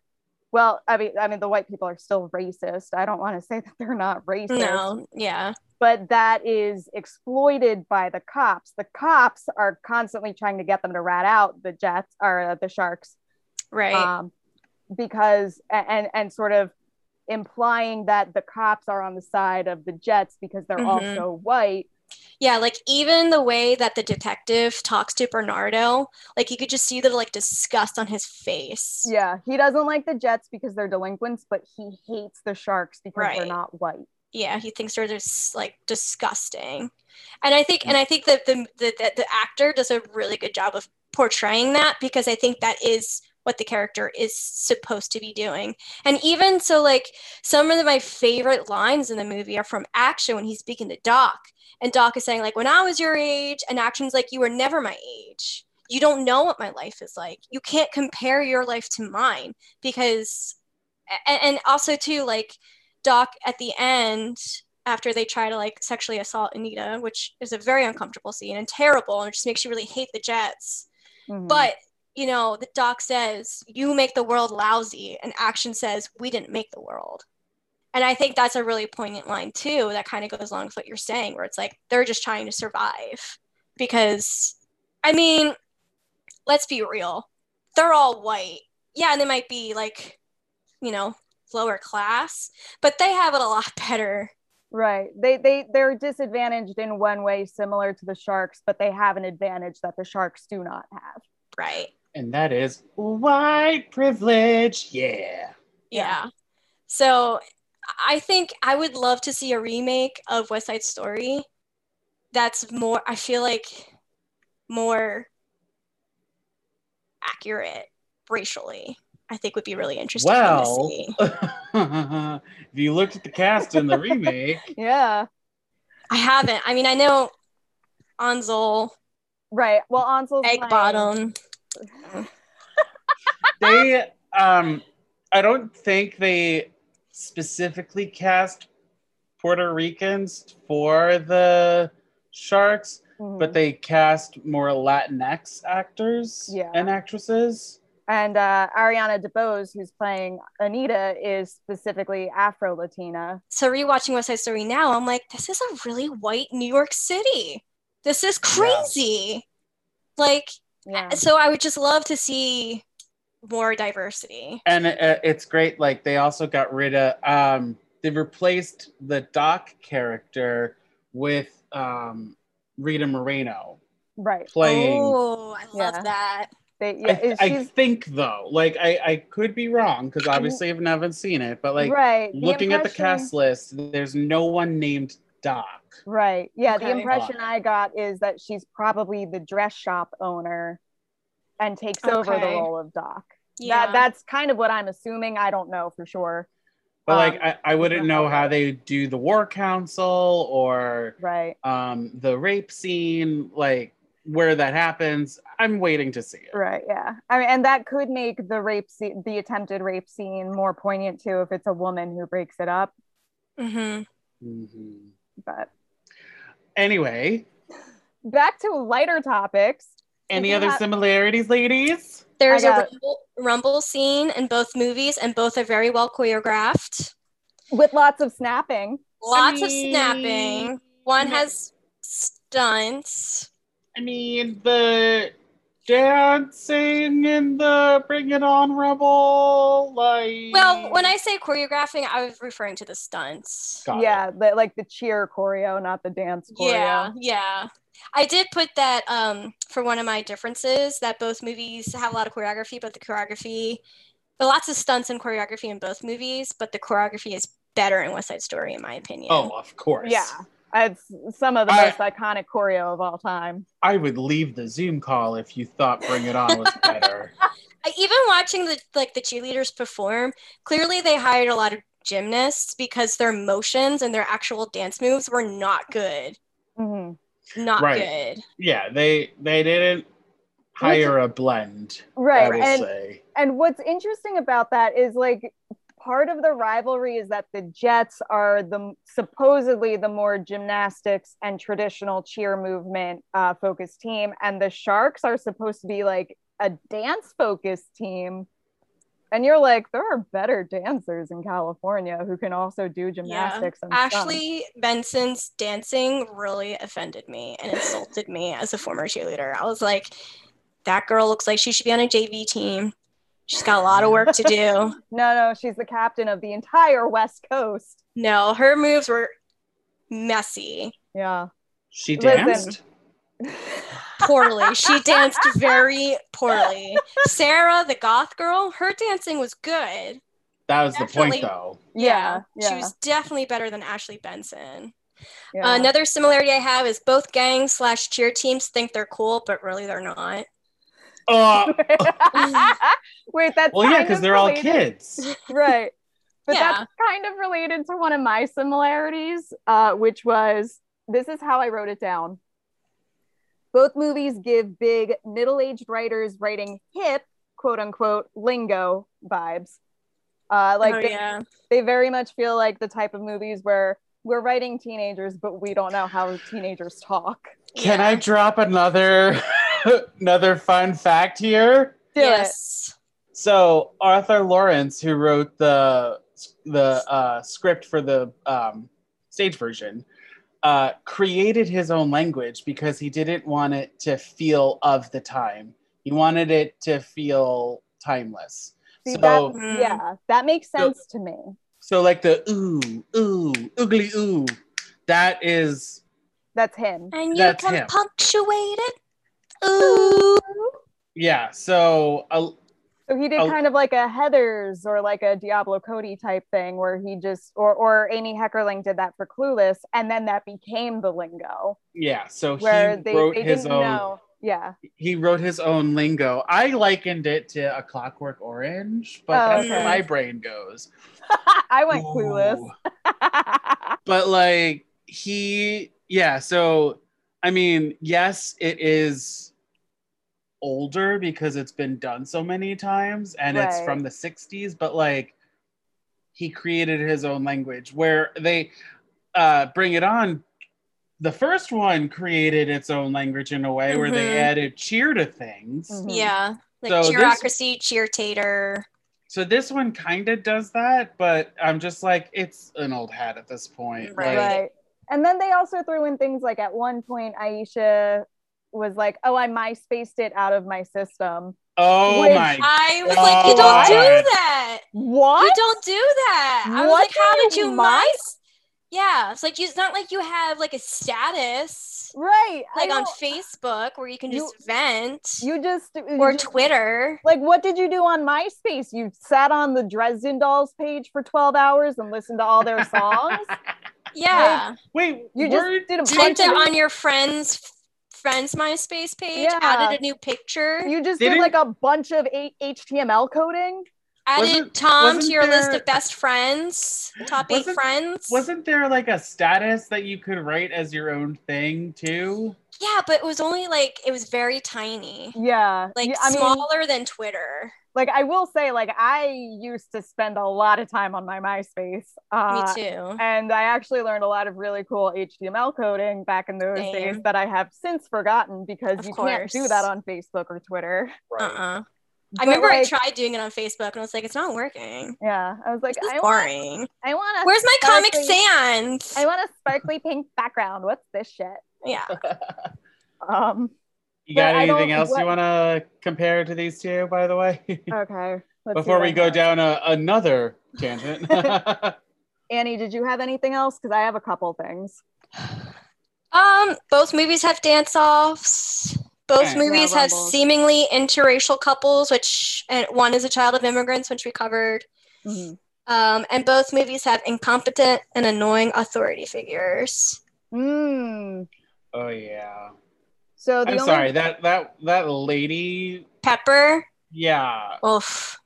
E: Well, I mean, I mean, the white people are still racist. I don't want to say that they're not racist,
F: no. Yeah.
E: but that is exploited by the cops. The cops are constantly trying to get them to rat out the Jets or uh, the Sharks,
F: Right.
E: um, because a- and and sort of implying that the cops are on the side of the Jets because they're
F: Mhm.
E: also white.
F: Yeah, like even the way that the detective talks to Bernardo, like you could just see the like disgust on his face.
E: Yeah, he doesn't like the Jets because they're delinquents, but he hates the Sharks because they're
F: Right.
E: not white.
F: Yeah, he thinks they're just like disgusting. And I think and I think that the the, the the actor does a really good job of portraying that because I think that is what the character is supposed to be doing. And even so like some of my favorite lines in the movie are from Action when he's speaking to Doc. And Doc is saying, like, when I was your age, and Action's like, you were never my age. You don't know what my life is like. You can't compare your life to mine because, a- and, also, too, like, Doc at the end, after they try to like sexually assault Anita, which is a very uncomfortable scene and terrible, and it just makes you really hate the Jets.
E: Mhm.
F: But, you know, the Doc says, you make the world lousy. And Action says, we didn't make the world. And I think that's a really poignant line too. That kind of goes along with what you're saying, where it's like they're just trying to survive. Because, I mean, let's be real, they're all white. Yeah, and they might be like, you know, lower class, but they have it a lot better.
E: Right. They they they're disadvantaged in one way similar to the sharks, but they have an advantage that the sharks do not have.
F: Right.
A: and that is white privilege. Yeah.
F: Yeah. So I think I would love to see a remake of West Side Story that's more, I feel like, more accurate racially. I think would be really interesting
A: Well,
F: to see.
A: if you looked at the cast in the remake,
E: Yeah.
F: I haven't. I mean, I know Ansel,
E: Right. Well, Ansel's
F: Egg
E: playing- Mm-hmm.
F: Bottom.
A: they um I don't think they specifically cast Puerto Ricans for the sharks,
E: Mhm.
A: but they cast more Latinx actors
E: Yeah.
A: and actresses.
E: and uh, Ariana DeBose, who's playing Anita, is specifically Afro Latina.
F: So rewatching West Side Story now, I'm like, this is a really white New York City. This is crazy. Like,
E: Yeah.
F: so I would just love to see more diversity.
A: and it, it- it's great like they also got rid of um they replaced the doc character with um rita moreno
E: right.
A: playing
F: Oh, I love
E: Yeah.
F: that.
E: They,
A: I,
E: yeah,
A: th-
E: it-
A: I
E: she's
A: think though like i i could be wrong because obviously i haven't seen it but like
E: right.
A: looking at the
E: impression-
A: cast list there's no one named doc
E: Right. Yeah. The
F: Okay.
E: impression I got is that she's probably the dress shop owner and takes over the
F: Okay.
E: role of Doc.
F: Yeah.
E: That that's kind of what I'm assuming. I don't know for sure.
A: but like
E: Um,
A: I, I wouldn't know how they do the war council or
E: Right.
A: um the rape scene like where that happens i'm waiting to see it
E: Right. Yeah. I mean, and that could make the rape scene, the attempted rape scene, more poignant too if it's a woman who breaks it up.
F: hmm
A: Mhm.
E: But
A: Anyway,
E: back to lighter topics.
A: any
E: Yeah.
A: other similarities, ladies?
F: There's
E: I
F: a
E: got-
F: rumble, rumble scene in both movies, and both are very well choreographed.
E: With lots of snapping.
F: Lots of
A: mean-
F: snapping. One has stunts.
A: I mean, the dancing and the bring it on rebel, like.
F: Well, when I say choreographing, I was referring to the stunts.
A: Got it.
E: yeah. The, like the cheer choreo, not the dance choreo.
F: Yeah, yeah. I did put that um, for one of my differences that both movies have a lot of choreography, but the choreography, there are lots of stunts and choreography in both movies, but the choreography is better in West Side Story, in my opinion.
A: Oh, of course.
E: Yeah. It's some of the
A: I-
E: most iconic choreo of all time.
A: I would leave the Zoom call if you thought Bring It On was better.
F: I, even watching the like the cheerleaders perform, clearly they hired a lot of gymnasts because their motions and their actual dance moves were not good.
E: hmm
F: Not
A: Right.
F: good.
A: yeah, they they didn't hire a blend. I
E: Right.
A: will
E: And
A: say.
E: and what's interesting about that is like part of the rivalry is that the Jets are the supposedly the more gymnastics and traditional cheer movement uh, focused team, and the Sharks are supposed to be like a dance focused team. And you're like, there are better dancers in California who can also do gymnastics. and stunts."
F: Ashley Benson's dancing really offended me and insulted me as a former cheerleader. I was like, that girl looks like she should be on a JV team. She's got a lot of work to do.
E: no, no, she's the captain of the entire West Coast.
F: No, her moves were messy.
E: Yeah.
A: She
E: Listen.
A: danced.
F: poorly. She danced very poorly. Sarah, the goth girl, her dancing was good.
A: That was the
F: Definitely.
A: point, though.
E: Yeah, yeah.
F: She was uh, definitely better than Ashley Benson.
E: yeah.
F: Another similarity I have is both gang slash cheer teams think they're cool, but really they're not.
A: Uh,
E: Wait, that's
A: well, yeah,
E: kind
A: because
E: of
A: they're all
E: related-
A: kids.
E: right? But
F: Yeah.
E: that's kind of related to one of my similarities, uh, which was this is how I wrote it down. Both movies give big middle-aged writers writing hip, quote unquote, lingo vibes. Uh, like
F: oh,
E: they,
F: yeah.
E: they very much feel like the type of movies where we're writing teenagers, but we don't know how teenagers talk.
A: Can I drop another another fun fact here?
E: Do
F: yes.
A: So Arthur Lawrence, who wrote the the uh, script for the um, stage version, uh, created his own language because he didn't want it to feel of the time. He wanted it to feel timeless.
E: it. See,
A: so
E: that, yeah, that makes
A: So-
E: sense to me.
A: so like the ooh ooh oogly ooh, that is
E: That's him.
F: And you
A: That's
F: can
A: him.
F: punctuate it. Ooh.
A: yeah. So uh, a,
E: So he did
A: Oh.
E: kind of like a Heather's or like a Diablo Cody type thing where he just or or Amy Heckerling did that for Clueless and then that became the lingo
A: yeah. So
E: where
A: he
E: they,
A: wrote
E: they
A: his
E: didn't
A: own.
E: know. Yeah.
A: he wrote his own lingo. I likened it to a Clockwork Orange, but
E: Oh,
A: that's
F: okay.
A: how my brain goes.
E: I went clueless.
A: Ooh. But like he, yeah. So I mean, yes, it is older because it's been done so many times, and it's
E: Right.
A: from the '60s. But like, he created his own language where they uh, bring it on. The first one created its own language in a way where they
F: Mhm.
E: Mm-hmm.
A: added cheer to things.
E: Mhm.
F: Yeah. Like
A: So this-
F: cheerocracy, cheer tater.
A: So this one kind of does that, but I'm just like, it's an old hat at this point.
F: Right.
A: Like,
E: Right. And then they also threw in things like at one point Aisha was like, "Oh, I MySpaced it out of my system,"
A: Oh
E: Wait,
A: my
F: I was like, you don't
A: God.
F: do that.
E: What?
F: You don't do that. I was
E: What
F: like, how
E: do
F: did
E: you
F: you
E: mind?
F: mind? Yeah, it's like you, it's not like you have like a status
E: Right. I
F: like on
E: don't-
F: Facebook where you can
E: You-
F: just vent
E: you just
F: or
E: you just-
F: Twitter.
E: Like, what did you do on MySpace? You sat on the Dresden Dolls page for 12 hours and listened to all their songs?
F: Yeah,
A: Wait,
E: You
A: word?
E: just did a bunch
F: typed it
E: of-
F: on your friends' friends MySpace page,
E: Yeah.
F: added a new picture,
E: You just
A: Didn't-
E: did like a bunch of a- HTML coding?
F: added
A: wasn't-
F: Tom to
A: wasn't
F: your list
A: there-
F: of best friends, top eight
A: Wasn't-
F: friends.
A: wasn't there like a status that you could write as your own thing too?
F: yeah, but it was only like it was very tiny,
E: Yeah.
F: like
E: Yeah, I mean,
F: smaller than Twitter.
E: like I will say, like I used to spend a lot of time on my MySpace. Uh,
F: Me too.
E: And I actually learned a lot of really cool HTML coding back in those
F: Same.
E: days that I have since forgotten because
F: Of
E: you can't do
F: course.
E: that on Facebook or Twitter.
F: Uh-uh. I
E: But,
F: remember I
E: like,
F: tried doing it on Facebook and I was like, it's not working.
E: Yeah, I was like,
F: This is
E: I want,
F: boring.
E: I want a
F: Where's my Comic
E: sparkly-
F: Sans?
E: I want a sparkly pink background. What's this shit?
F: yeah.
E: Um.
A: You
E: But
A: got
E: I
A: anything
E: don't-
A: else
E: what-
A: you want to compare to these two, by the way?
E: Okay. let's see
A: Before
E: what
A: we
E: I
A: go
E: have.
A: down a, another tangent.
E: Annie, did you have anything else? Because I have a couple things.
F: Um, both movies have dance-offs. Both
A: Yeah.
F: movies
E: Yeah,
F: have
E: Rumbles.
F: seemingly interracial couples, which and one is a child of immigrants, which we covered.
E: Mm-hmm.
F: Um, and both movies have incompetent and annoying authority figures.
E: Mm.
A: oh yeah.
E: So the
A: I'm
E: only
A: sorry that that that lady.
F: Pepper,
A: Yeah.
F: oof,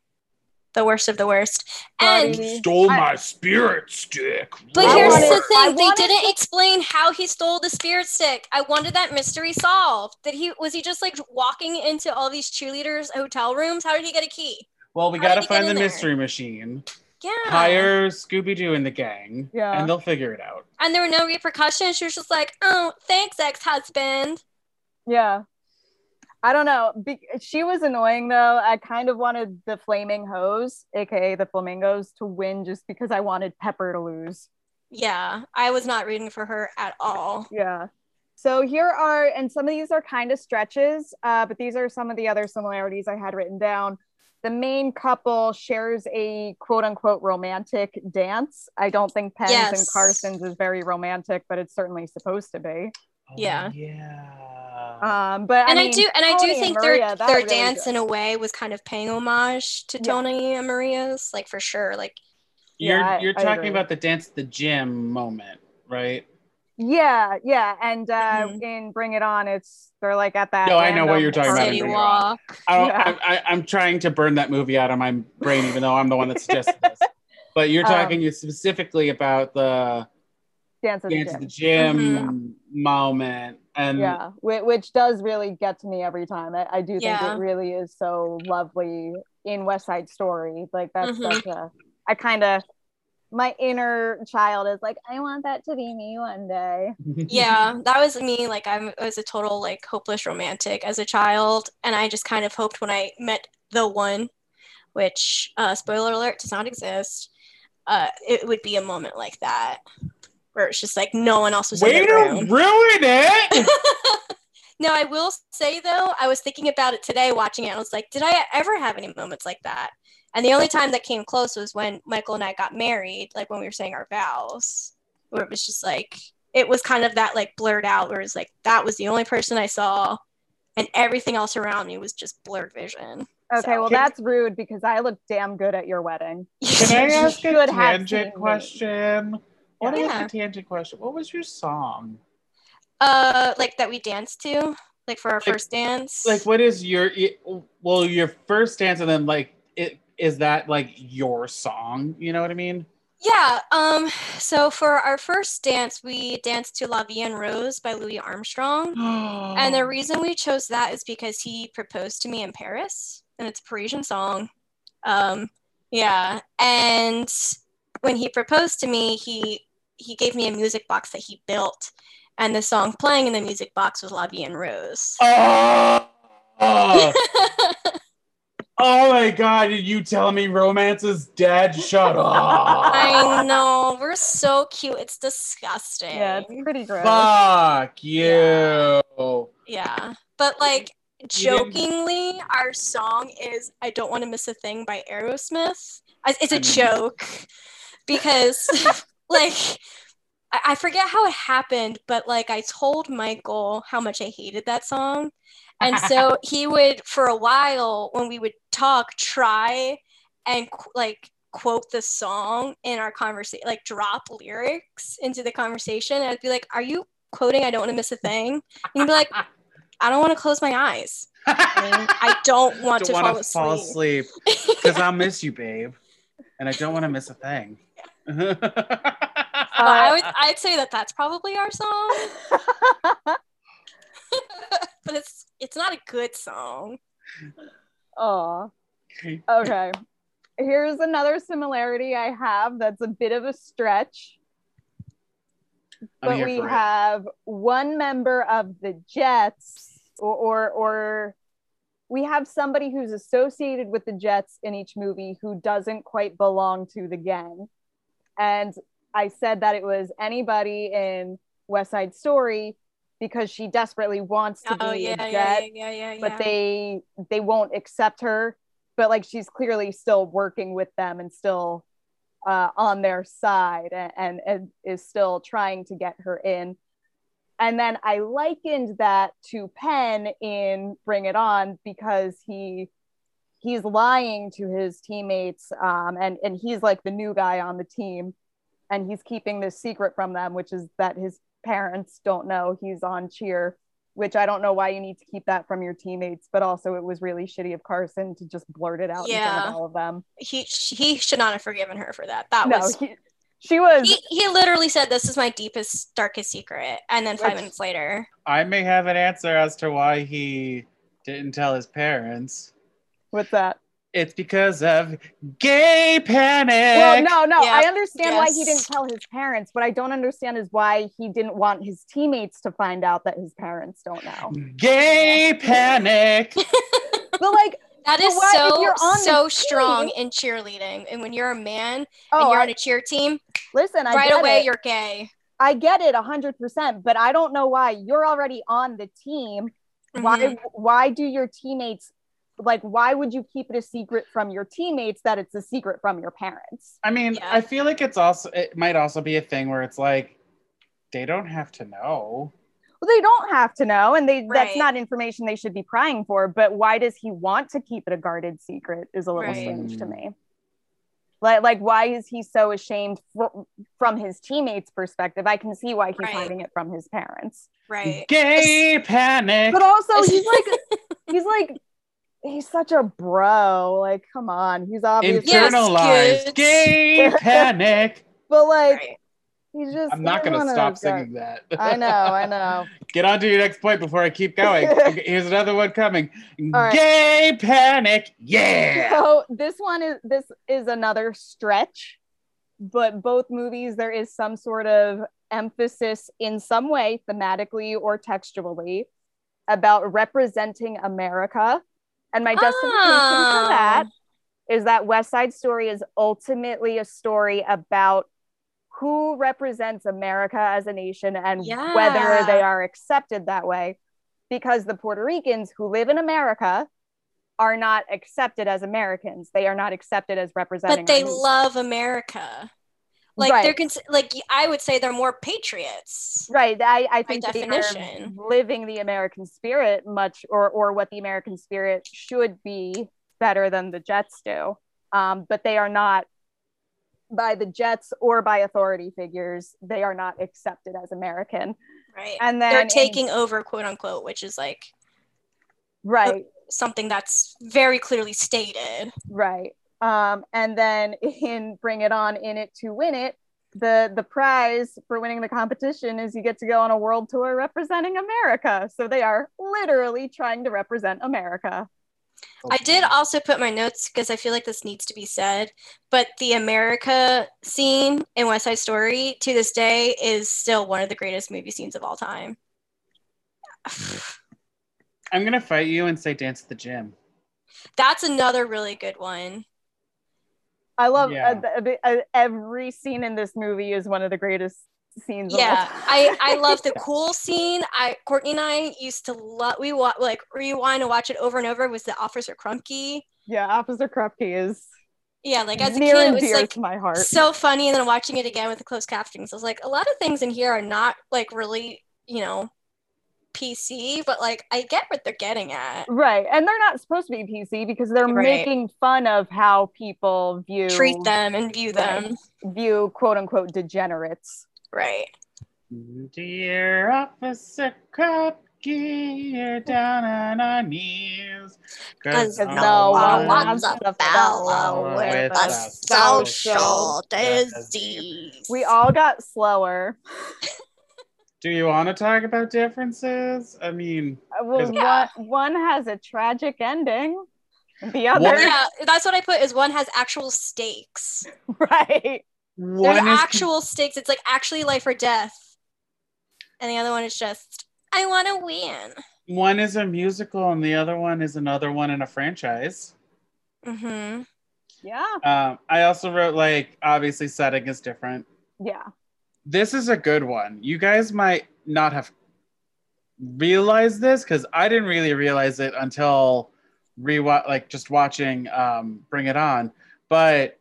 F: the worst of the worst.
E: Sorry.
F: And
E: Really?
A: stole
E: I-
A: my spirit stick.
F: but
E: I
F: here's
E: wanted-
F: the
E: I
F: thing: they
E: wanted
F: didn't explain how he stole the spirit stick. I wanted that mystery solved. Did he was he just like walking into all these cheerleaders' hotel rooms? How did he get a key?
A: well, we
F: How did
A: gotta
F: he get
A: find
F: in
A: the
F: there?
A: mystery machine.
F: Yeah.
A: Hire Scooby Doo and the gang.
E: Yeah.
A: And they'll figure it out.
F: And there were no repercussions. She was just like, oh, thanks, ex husband.
E: Yeah. I don't know. Be- she was annoying though. I kind of wanted the flaming hose, aka the flamingos, to win just because I wanted Pepper to lose.
F: Yeah, I was not rooting for her at all.
E: Yeah. So here are, and some of these are kind of stretches, uh, but these are some of the other similarities I had written down. The main couple shares a quote unquote romantic dance. I don't think Penn's and
F: Yes.
E: Carson's is very romantic, but it's certainly supposed to be.
A: Oh,
F: Yeah.
A: Yeah.
E: Um, but
F: and
E: I,
F: I,
E: mean,
F: do, and I do
E: Tony and
F: think
E: Maria,
F: their
E: that
F: their
E: really
F: dance
E: good.
F: in a way was kind of paying homage to
E: Yeah.
F: Tony and Maria's, like for sure. Like,
A: you're
E: yeah, I-
A: you're
E: I
A: talking
E: agree.
A: about the dance at the gym moment, right?
E: Yeah, yeah, and uh,
F: Mhm.
E: in Bring It On, it's they're like at that.
A: No, I know what
E: random
A: you're talking about in
E: party.
F: City
A: Bring It On.
F: Walk.
A: I don't,
E: Yeah.
A: I, I, I'm trying to burn that movie out of my brain, even though I'm the one that suggested this. But you're
E: Um,
A: talking specifically about the
E: Dance at the
A: dance at the
E: Gym. Mm-hmm.
A: gym moment, and
E: Yeah, which, which does really get to me every time. I, I do think
F: Yeah.
E: it really is so lovely in West Side Story. Like that's
F: Mhm.
E: such a. I kind of my inner child is like, I want that to be me one day.
F: yeah, that was me. Like, I'm, I was a total like hopeless romantic as a child. And I just kind of hoped when I met the one, which, uh, spoiler alert, does not exist, uh, it would be a moment like that where it's just like no one else was
A: way
F: in
A: to
F: the room.
A: ruin it.
F: No, I will say though, I was thinking about it today watching it. And I was like, did I ever have any moments like that? And the only time that came close was when Michael and I got married, like when we were saying our vows, where it was just like, it was kind of that like blurred out, where it was like, that was the only person I saw, and everything else around me was just blurred vision.
E: Okay,
F: So-
E: well that's rude because I looked damn good at your wedding.
A: Can I ask a
E: should have seen
A: tangent
E: me.
A: question? What is
F: Yeah.
A: the tangent question? What was your song?
F: uh, like that we danced to, like for our first dance.
A: Like, what is your well, your first dance, and then like, it is that like your song? You know what I mean?
F: Yeah. Um. So for our first dance, we danced to La Vie en Rose by Louis Armstrong. And
A: and
F: the reason we chose that is because he proposed to me in Paris, and it's a Parisian song. Um, yeah, and when he proposed to me, he he gave me a music box that he built, and the song playing in the music box was La Vie en Rose.
A: Oh, oh, oh my god, did you tell me romance is dead? Shut up.
F: I know we're so cute. It's disgusting.
E: Yeah, it's pretty gross.
A: Fuck you.
F: Yeah, but like
A: didn't-
F: Jokingly, our song is "I Don't Want to Miss a Thing" by Aerosmith. I- It's a
A: I mean-
F: joke because, like, I I forget how it happened, but like I told Michael how much I hated that song, and so he would, for a while, when we would talk, try and qu- like quote the song in our conversation, like drop lyrics into the conversation. And I'd be like, Are you quoting I Don't Want to Miss a Thing? And he'd be like, I don't want to close my eyes. I don't want to
A: Don't wanna
F: fall asleep.
A: fall asleep because I'll miss you, babe, and I don't want to miss a thing.
F: But I
E: Uh,
F: would, I'd say that that's probably our song, but it's it's not a good song.
E: Aw. Okay. Here's another similarity I have that's a bit of a stretch,
A: I'm
E: but
A: here
E: we
A: for it.
E: have one member of the Jets or, or or we have somebody who's associated with the Jets in each movie who doesn't quite belong to the gang. And I said that it was anybody in West Side Story because she desperately wants to
F: Oh
E: be
F: yeah,
E: a Jet
F: yeah, yeah, yeah, yeah.
E: but they they won't accept her but like she's clearly still working with them and still uh, on their side and, and, and is still trying to get her in and then i likened that to penn in bring it on because he he's lying to his teammates um, and and he's like the new guy on the team and he's keeping this secret from them which is that his parents don't know he's on cheer which I don't know why you need to keep that from your teammates, but also it was really shitty of Carson to just blurt it out in front
F: Yeah.
E: of all of them.
F: he he should not have forgiven her for that. That
E: no,
F: was
E: he, she was.
F: he, he literally said this is my deepest darkest secret and then five
E: Which-
F: minutes later
A: I may have an answer as to why he didn't tell his parents.
E: what's that?
A: It's because of gay panic.
E: Well, no, no,
F: Yeah.
E: I understand why he didn't
F: Yes.
E: tell his parents. What I don't understand is why he didn't want his teammates to find out that his parents don't know.
A: Gay panic.
E: but like,
F: that
E: But
F: is
E: what if you're
F: so
E: on the
F: so
E: team?
F: strong in cheerleading and when you're a man and
E: oh,
F: you're
E: I-
F: on a cheer team
E: listen, I
F: right
E: get
F: away
E: it.
F: you're gay
E: I get it hundred percent, but I don't know why you're already on the team.
F: Mhm.
E: why why do your teammates like why would you keep it a secret from your teammates that it's a secret from your parents
A: I mean,
F: Yeah.
A: I feel like it's also it might also be a thing where it's like they don't have to know.
E: well they don't have to know and they
F: Right.
E: that's not information they should be prying for but why does he want to keep it a guarded secret is a little
F: Right.
E: strange to me like, like why is he so ashamed fr- from his teammates perspective i can see why he's
F: Right.
E: hiding it from his parents
F: right
A: Gay panic.
E: but also he's like he's like he's such a bro like come on he's obviously
F: Yes,
A: Internalized
F: kids.
A: gay panic.
E: but like
F: right.
E: He's just.
A: I'm not
E: he's
A: gonna
E: one of
A: stop
E: those guys.
A: singing that.
E: I know, I know.
A: Get on to your next point before I keep going. Okay, here's another one coming.
E: right.
A: Gay panic. Yeah.
E: So this one is this is another stretch, but both movies there is some sort of emphasis in some way, thematically or textually, about representing America. And my justification
F: Ah.
E: for that is that West Side Story is ultimately a story about who represents America as a nation and
F: Yeah.
E: whether they are accepted that way. Because the Puerto Ricans who live in America are not accepted as Americans. They are not accepted as representing.
F: but they
E: our nation.
F: love america like
E: Right.
F: they're cons- like i would say they're more patriots
E: Right. I, I think
F: by
E: that they are
F: definition
E: living the American spirit much or or what the American spirit should be better than the Jets do. Um, but they are not by the Jets or by authority figures, they are not accepted as American.
F: right
E: And then
F: they're
E: in-
F: taking over quote unquote which is like
E: right,
F: something that's very clearly stated
E: right. Um, and then in Bring It On, in it to win it, the the prize for winning the competition is you get to go on a world tour representing America. So they are literally trying to represent America.
F: I did also put my notes because I feel like this needs to be said, but the America scene in West Side Story to this day is still one of the greatest movie scenes of all time.
A: I'm gonna fight you and say dance at the gym.
F: That's another really good one.
E: I love
A: Yeah.
E: uh, th- uh, every scene in this movie is one of the greatest scenes. all
F: yeah
E: the time.
F: i i love the cool scene i courtney and i used to love we wa- like rewind and watch it over and over was the officer Crumkey.
E: yeah, Officer Krupke is
F: yeah like as a
E: near
F: kid it
E: and
F: was
E: dear
F: like
E: to my heart.
F: so funny and then watching it again with the closed captions i was like a lot of things in here are not like really you know pc but like i get what they're getting at
E: Right. And they're not supposed to be PC because they're
F: Right.
E: making fun of how people view
F: treat them and view them
E: view quote unquote degenerates.
F: right
A: Dear Officer Krupke, you're down on our knees.
F: 'Cause
E: Because
F: no
E: no
F: one
E: one
F: wants
E: wants
F: a
E: to
F: fellow
E: fellow
F: with
E: with
F: a
E: a
F: social
A: social
F: disease.
E: We all got slower.
A: Do you want to talk about differences? I mean,
E: Uh, Well,
F: Yeah.
E: one, one has a tragic ending, and the other,
A: One-
F: yeah, that's what I put is one has actual stakes.
E: right?
F: There's
A: one is
F: actual stakes. It's like actually life or death. And the other one is just I want to win.
A: one is a musical and the other one is another one in a franchise.
F: Mm-hmm.
E: Yeah.
A: Um, I also wrote like obviously setting is different.
E: Yeah.
A: This is a good one. You guys might not have realized this because I didn't really realize it until rewatch like just watching um, Bring It On. But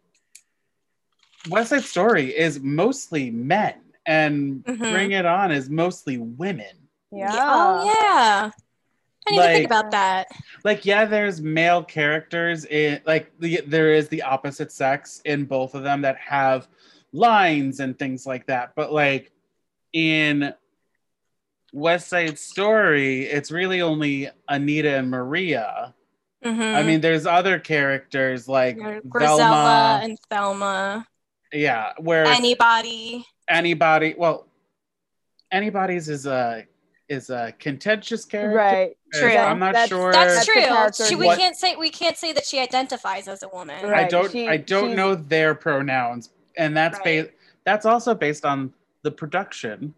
A: West Side Story is mostly men, and
F: Mhm.
A: Bring It On is mostly women.
E: Yeah.
F: Oh yeah. I didn't even think
A: Like-
F: about that.
A: like yeah there's male characters in like the, there is the opposite sex in both of them that have lines and things like that but like in west side story it's really only anita and maria
E: Mm-hmm.
F: Mhm.
A: i mean there's other characters like
F: Grisella
A: Velma,
F: and Thelma.
A: yeah where
F: Anybody.
A: anybody well anybody's is a is a contentious character
E: Right.
F: True.
A: i'm not
E: That's-
A: sure
F: That's
E: the character
F: true. She, we
A: What-
F: can't say we can't say that she identifies as a woman.
E: Right.
A: I don't
E: she-
A: I don't
E: she's-
A: know their pronouns, and that's
F: Right.
A: based that's also based on the production,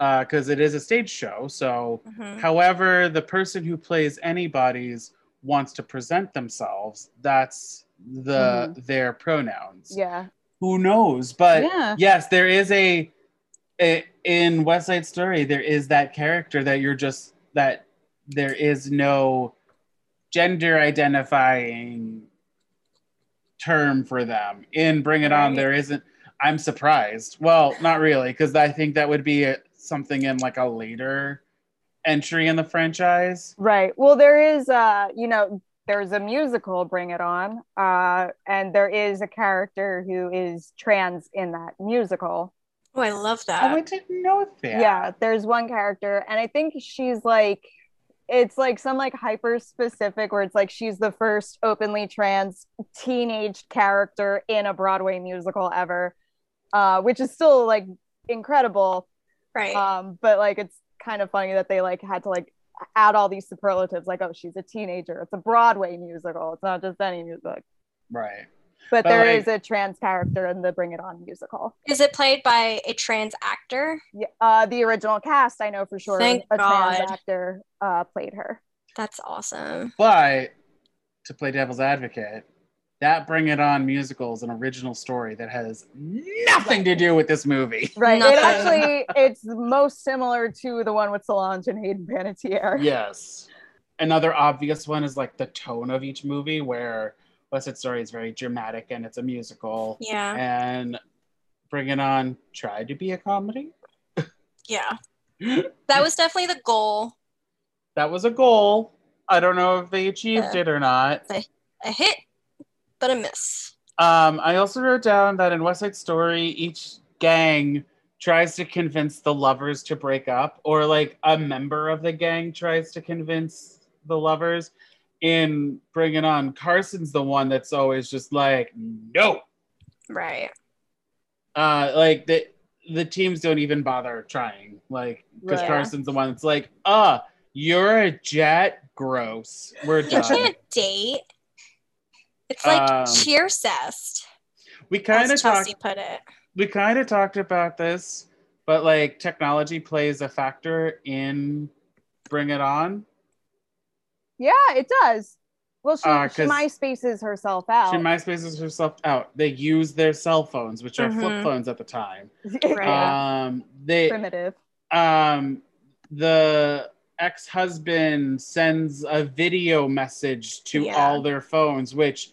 A: because it is a stage show. So,
E: Mm-hmm.
F: Mhm.
A: however, the person who plays anybody's wants to present themselves. That's the their pronouns.
E: Mm-hmm. Yeah.
A: Who knows? But
E: yeah.
A: yes, there is a, a in West Side Story. There is that character that you're just that there is no gender identifying term for them. In Bring It On,
F: Right.
A: there isn't. I'm surprised. Well, not really, because I think that would be a, something in like a later entry in the franchise.
E: Right. Well, there is, uh, you know, there's a musical, Bring It On, uh, and there is a character who is trans in that musical.
F: Oh, I love
A: oh, I
F: that.
A: didn't know that.
E: Yeah. there's one character, and I think she's like, it's like some like hyper specific where it's like she's the first openly trans teenage character in a Broadway musical ever, uh, which is still like incredible.
F: Right.
E: um but like it's kind of funny that they like had to like add all these superlatives like oh she's a teenager it's a broadway musical it's not just any music
A: Right.
E: but
A: But,
E: there
A: like-
E: is a trans character in the bring it on musical
F: Is it played by a trans actor?
E: yeah, uh the original cast i know for sure
F: Thank
E: a
F: God.
E: trans actor uh played her
F: That's awesome.
A: But to play devil's advocate, that Bring It On musical is an original story that has nothing to do with this movie.
E: right
F: Nothing.
E: it actually it's most similar to the one with solange and hayden panettiere
A: Yes. Another obvious one is like the tone of each movie, where West Side Story is very dramatic and it's a musical,
F: Yeah.
A: and Bring It On tried to be a comedy.
F: Yeah. That was definitely the goal.
A: That was a goal. I don't know if they achieved
F: Yeah.
A: it or not.
F: A hit, but a miss.
A: Um, I also wrote down that in West Side Story, each gang tries to convince the lovers to break up, or like a member of the gang tries to convince the lovers. In Bring It On, Carson's the one that's always just like, no,
F: Right.
A: uh, like the the teams don't even bother trying, like because
E: Right.
A: Carson's the one that's like, uh, you're a jet, gross, we're
F: You
A: done.
F: can't date. It's like
A: Um,
F: cheer cessed,
A: we kind
F: as
A: of talked
F: Chelsea put it.
A: we kind of talked about this, but like technology plays a factor in Bring It On.
E: yeah it does Well, she,
A: Uh,
E: she
A: 'cause-
E: MySpaces herself out.
A: She MySpaces herself out. They use their cell phones, which are flip
F: Mhm.
A: phones at the time.
F: Right.
A: Um, they
E: Primitive.
A: um, the ex-husband sends a video message to
F: Yeah.
A: all their phones, which,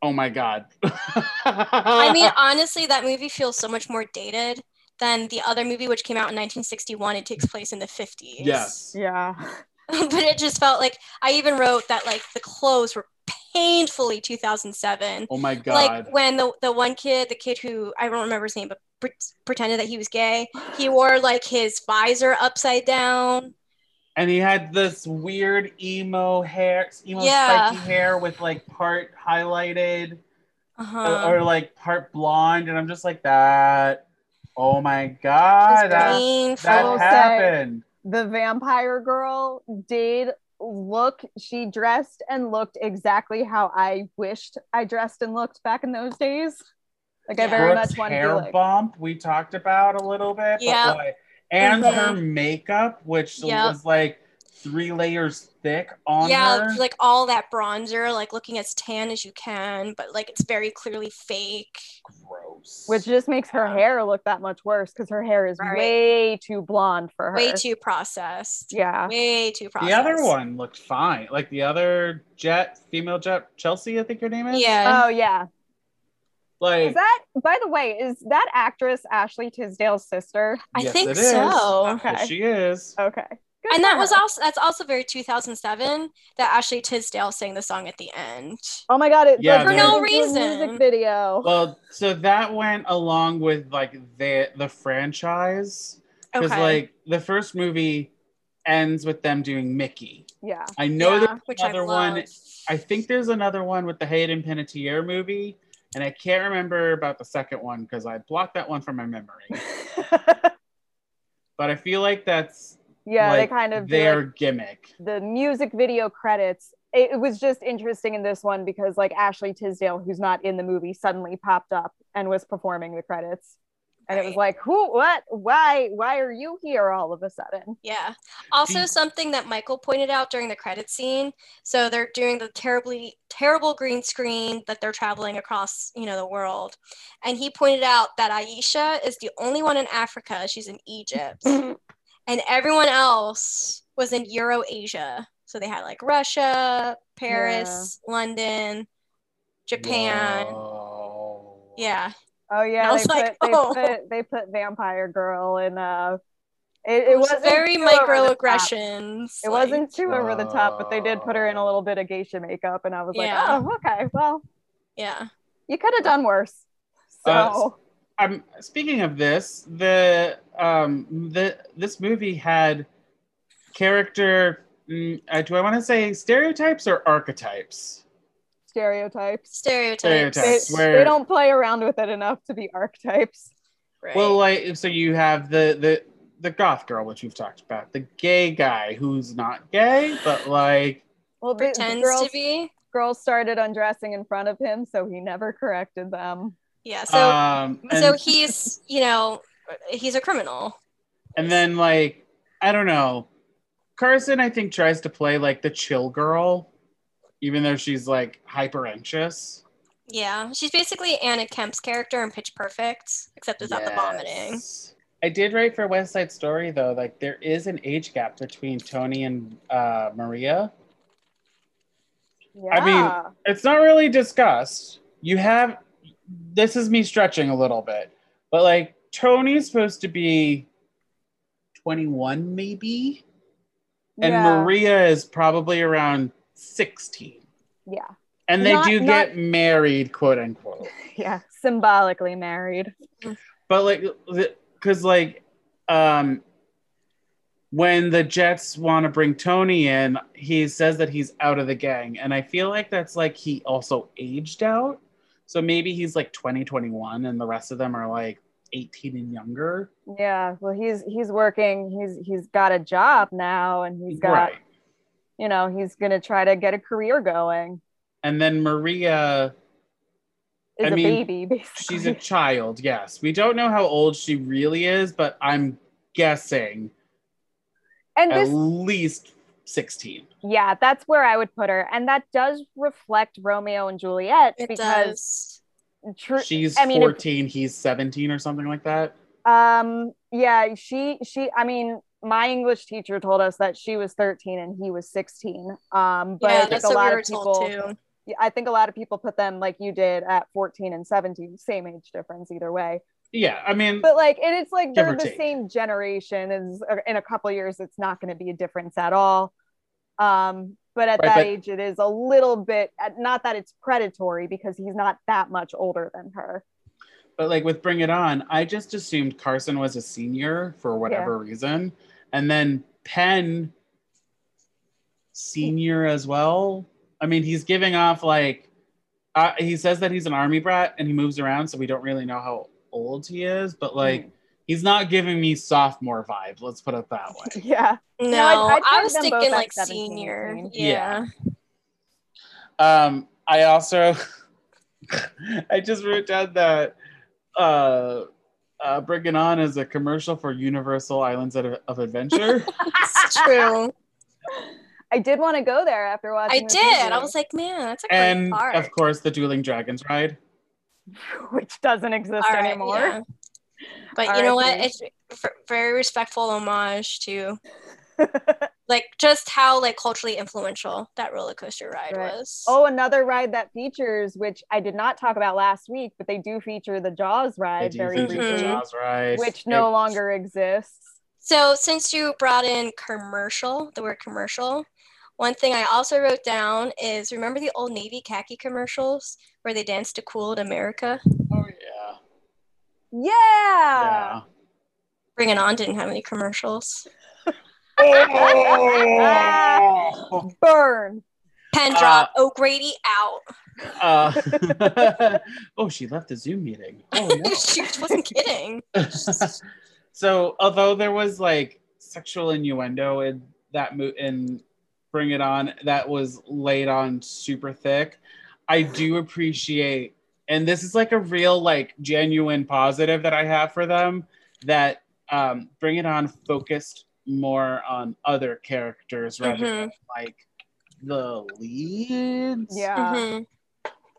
A: oh my god.
F: I
A: I
F: mean, honestly, that movie feels so much more dated than the other movie, which came out in 1961. It takes place in the 50s.
A: yes.
E: Yeah.
F: but it just felt like I even wrote that like the clothes were painfully 2007.
A: Oh my god.
F: Like when the the one kid, the kid who I don't remember his name, but pre- pretended that he was gay. He wore like his visor upside down.
A: and he had this weird emo hair, emo
F: Yeah.
A: spiky hair with like part highlighted. Oh,
F: Uh-huh.
A: or like part blonde, and I'm just like that. Oh my god, that,
F: painful.
E: I will
A: that
E: say-
A: happened.
E: The vampire girl did look, she dressed and looked exactly how I wished I dressed and looked back in those days. Like I
F: Yeah.
E: very
A: Brooke's
E: much wanted to be
A: hair
E: like,
A: bump we talked about a little bit,
F: Yeah.
A: but like, and
E: Mm-hmm.
F: Mhm.
A: her makeup, which
F: Yep.
A: was like three layers thick on
F: yeah,
A: her.
F: like all that bronzer, like looking as tan as you can, but like it's very clearly fake.
A: Gross.
E: which just makes her hair look that much worse because her hair is
F: Right.
E: way too blonde for her.
F: Way too processed.
E: Yeah.
F: Way too processed.
A: the other one looked fine. Like the other jet, female jet, Chelsea, I think her name is.
F: Yeah.
E: Oh yeah. Is
A: Like
E: that by the way, is that actress Ashley Tisdale's sister?
F: I
A: Yes,
F: think
A: it is.
F: so.
A: yes,
E: Okay. Oh.
A: she is.
E: Okay. Good
F: And
E: for
F: that was
E: her.
F: also that's also very 2007 that Ashley Tisdale sang the song at the end.
E: Oh my god, it
A: Yeah,
E: like,
A: For
F: no
E: it's a
F: reason.
E: music video.
A: Well, so that went along with like the the franchise.
F: Okay.
A: Because like the first movie ends with them doing Mickey.
E: Yeah.
A: I know
F: Yeah,
A: there's
F: which I
A: another one.
F: love.
A: I think there's another one with the Hayden Panettiere movie, and I can't remember about the second one because I blocked that one from my memory. but I feel like that's
E: yeah,
A: like,
E: they kind of do,
A: their
E: like,
A: gimmick.
E: the music video credits. It, it was just interesting in this one because like Ashley Tisdale, who's not in the movie, suddenly popped up and was performing the credits. And it was
F: Right.
E: like, who, what, why, why are you here all of a sudden?
F: Yeah. Also,
A: The-
F: something that Michael pointed out during the credit scene. So they're doing the terribly terrible green screen that they're traveling across, you know, the world. And he pointed out that Aisha is the only one in Africa. She's in Egypt, and everyone else was in Eurasia. So they had like Russia, Paris, London, Japan.
A: Oh. Whoa.
F: Yeah.
E: Oh yeah,
F: I
E: they
F: was
E: put,
F: like,
E: they,
F: oh.
E: put, they put Vampire Girl in. Uh, it,
F: It
E: it
F: was
E: wasn't
F: very
E: too over the top.
F: microaggressions.
E: It
F: like- uh,
E: wasn't too over the top, but they did put her in a little bit of geisha makeup, and I was like,
F: Yeah.
E: oh okay, well
F: Yeah.
E: you could have done worse. So
A: Uh, um, speaking of this, the um, the this movie had character. mm, uh, do I want to say stereotypes or archetypes?
E: stereotypes.
F: Stereotypes.
E: They,
A: Stereotypes. Where-
E: they don't play around with it enough to be archetypes.
F: Right.
A: Well, like so you have the the the goth girl, which we've talked about, the gay guy who's not gay, but like
E: Well, the, the
F: pretends
E: girls,
F: to be.
E: girls started undressing in front of him, so he never corrected them.
F: Yeah. So
A: um, and,
F: so he's you know he's a criminal
A: and then like I don't know, Carson I think tries to play like the chill girl, even though she's like hyper anxious.
F: yeah she's basically anna kemp's character in pitch perfect except without the vomiting
A: Yes. I did write for West Side Story though. Like there is an age gap between Tony and uh, Maria.
E: Yeah.
A: I mean, It's not really discussed. You have this is me stretching a little bit, but like Tony's supposed to be 21 maybe, and
E: yeah.
A: Maria is probably around 16.
E: yeah,
A: And they
E: Not-
A: do
E: not-
A: get married, quote unquote.
E: yeah, symbolically married.
A: but like because like um when the jets want to bring tony in he says that he's out of the gang and i feel like that's like he also aged out so maybe he's like 20 21 and the rest of them are like 18 and younger
E: Yeah, well, he's he's working. He's he's got a job now, and he's got
A: right
E: you know he's gonna try to get a career going.
A: and then maria
E: Is
A: I
E: a
A: mean,
E: baby basically.
A: she's a child yes we don't know how old she really is but i'm guessing
E: and
A: at
E: this
A: least 16.
E: Yeah, that's where I would put her. And that does reflect Romeo and Juliet
F: It
E: because
F: does.
E: true
A: She's
E: I mean, if-
A: 14, he's 17 or something like that.
E: um yeah, she she I mean my English teacher told us that she was 13 and he was 16. Um but
F: yeah,
E: I think
F: that's
E: a
F: what
E: lot
F: we were
E: of people
F: told too.
E: yeah, I think a lot of people put them like you did at 14 and 17, same age difference either way.
A: Yeah, I mean,
E: But like, and it's like
A: Give
E: they're
A: or
E: the
A: take.
E: same generation. Is in a couple years, it's not going to be a difference at all. Um, but at
A: Right,
E: that
A: but-
E: age, it is a little bit. uh, Not that it's predatory because he's not that much older than her.
A: but like with Bring It On, I just assumed Carson was a senior for whatever reason. And then Penn, senior as well. I mean, he's giving off like, uh, he says that he's an army brat and he moves around, so we don't really know how old he is, but
E: Hmm.
A: like, he's not giving me sophomore vibe. Let's put it that way.
E: Yeah,
F: No,
E: No, I'd- I'd
F: I
E: put
F: was
E: them both
F: thinking
E: at
F: like
E: 17,
F: senior.
E: 18.
F: Yeah.
A: Um, I also I just wrote down that uh, uh, Bring It On is a commercial for Universal Islands of, of Adventure.
F: it's true.
E: I did want to go there after
F: I
E: watching.
F: did.
E: this
F: I
E: movie,
F: was like, man, that's a great
A: and
F: part.
A: of course, the Dueling Dragons ride.
E: which doesn't exist
F: All right,
E: anymore.
F: yeah. But you know what?
E: R.I.P..
F: It's v- very respectful homage to like just how like culturally influential that roller coaster ride
E: Right.
F: was.
E: Oh, another ride that features, which I did not talk about last week, but they do feature the Jaws
A: They
E: ride
A: do
E: very
A: feature the
E: briefly,
A: Jaws ride.
E: which
A: They-
E: no longer exists.
F: So since you brought in commercial, the word commercial, one thing I also wrote down is remember the old Navy khaki commercials where they danced to Cool in America?
A: Oh yeah.
E: Yeah.
A: Yeah.
E: Ah.
F: Bring It On didn't have any commercials.
A: Oh!
E: Burn.
F: Pen
A: Uh,
F: drop. O'Grady out.
A: Uh, oh, she left the Zoom meeting. Oh no.
F: she wasn't kidding.
A: so although there was like sexual innuendo in that mo- in bring it on that was laid on super thick i do appreciate and this is like a real like genuine positive that i have for them that um bring it on focused more on other characters rather
F: Mm-hmm.
A: than like the leads
E: Yeah.
F: Mhm.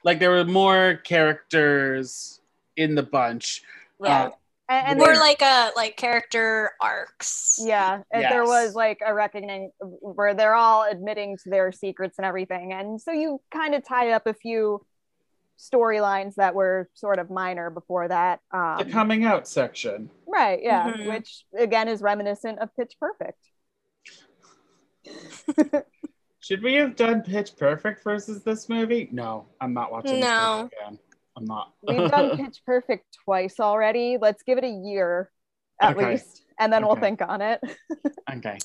A: like there were more characters in the bunch
E: Yeah.
A: Uh,
E: And, and
F: More
E: there,
F: like a like character arcs.
E: yeah, and there
A: Yes.
E: was like a reckoning where they're all admitting to their secrets and everything. And so you kind of tie up a few storylines that were sort of minor before that. Um,
A: the coming out section
E: right. Yeah.
A: Mm-hmm.
F: Mhm.
E: Which again is reminiscent of Pitch Perfect.
A: Should we have done Pitch Perfect versus this movie? No, I'm not watching this
F: No.
A: movie again. I'm not.
E: We've done Pitch Perfect twice already. Let's give it a year at
A: Okay.
E: least, and then we'll
A: Okay.
E: think on it.
A: okay.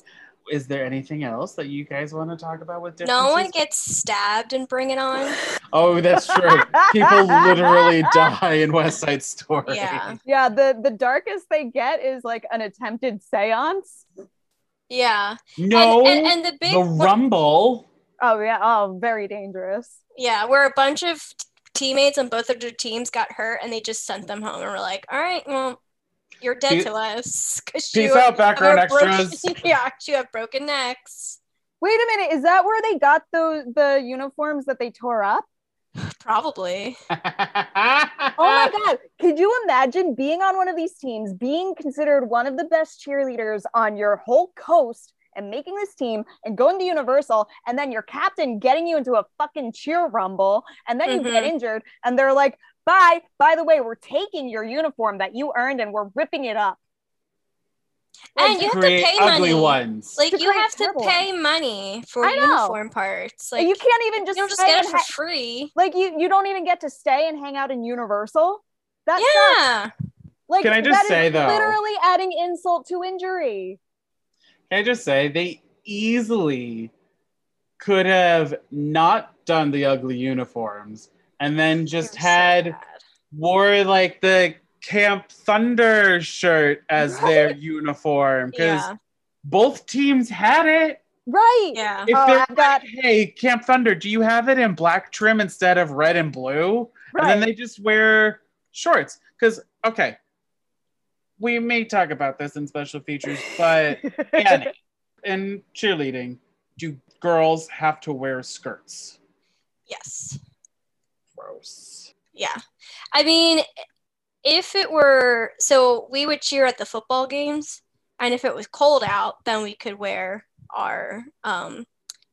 A: Is there anything else that you guys want to talk about with differences?
F: No one gets stabbed and Bring It On.
A: Oh, that's true. People literally die in West Side Story.
F: Yeah.
E: Yeah, the the darkest they get is like an attempted séance.
F: Yeah.
A: No.
F: And, and, and the big
A: the
F: one-
A: Rumble.
E: Oh yeah, oh very dangerous.
F: yeah, where a bunch of t- teammates on both of their teams got hurt and they just sent them home and were like, all right, well, you're dead
A: Peace-
F: to us. 'cause you
A: Peace out,
F: are-
A: background
F: are broken-
A: extras.
F: yeah, you have broken necks.
E: Wait a minute, is that where they got the the uniforms that they tore up?
F: Probably.
E: Oh my
F: Uh,
E: god, could you imagine being on one of these teams, being considered one of the best cheerleaders on your whole coast and making this team and going to Universal and then your captain getting you into a fucking cheer rumble and then you
F: Mm-hmm.
E: get injured and they're like, "Bye, by the way, we're taking your uniform that you earned and we're ripping it up."
F: And you have to
A: Create
F: pay
A: ugly
F: money.
A: ones.
F: Like,
E: To
F: you
E: create
F: have to
E: terrible
F: pay money for
E: I know.
F: uniform parts. Like,
E: and you can't even
F: you
E: just,
F: don't just
E: stay
F: get it
E: and
F: for
E: ha-
F: free.
E: like you you don't even get to stay and hang out in Universal. That's
F: Yeah.
E: like
A: Can I just
E: that is
A: say, though-
E: literally adding insult to injury.
A: Can I just say they easily could have not done the ugly uniforms and then just
F: You're so
A: had
F: bad.
A: wore like the Camp Thunder shirt as their uniform because
F: Yeah.
A: both teams had it.
E: Right.
F: Yeah.
A: If
E: Oh,
A: they're
E: I've got-
A: like, hey, Camp Thunder, do you have it in black trim instead of red and blue? And then
E: Right.
A: they just wear shorts. Because, okay, we may talk about this in special features, but Annie in cheerleading, do girls have to wear skirts?
F: Yes.
A: Gross.
F: Yeah. I mean, if it were so, we would cheer at the football games, and if it was cold out, then we could wear our um,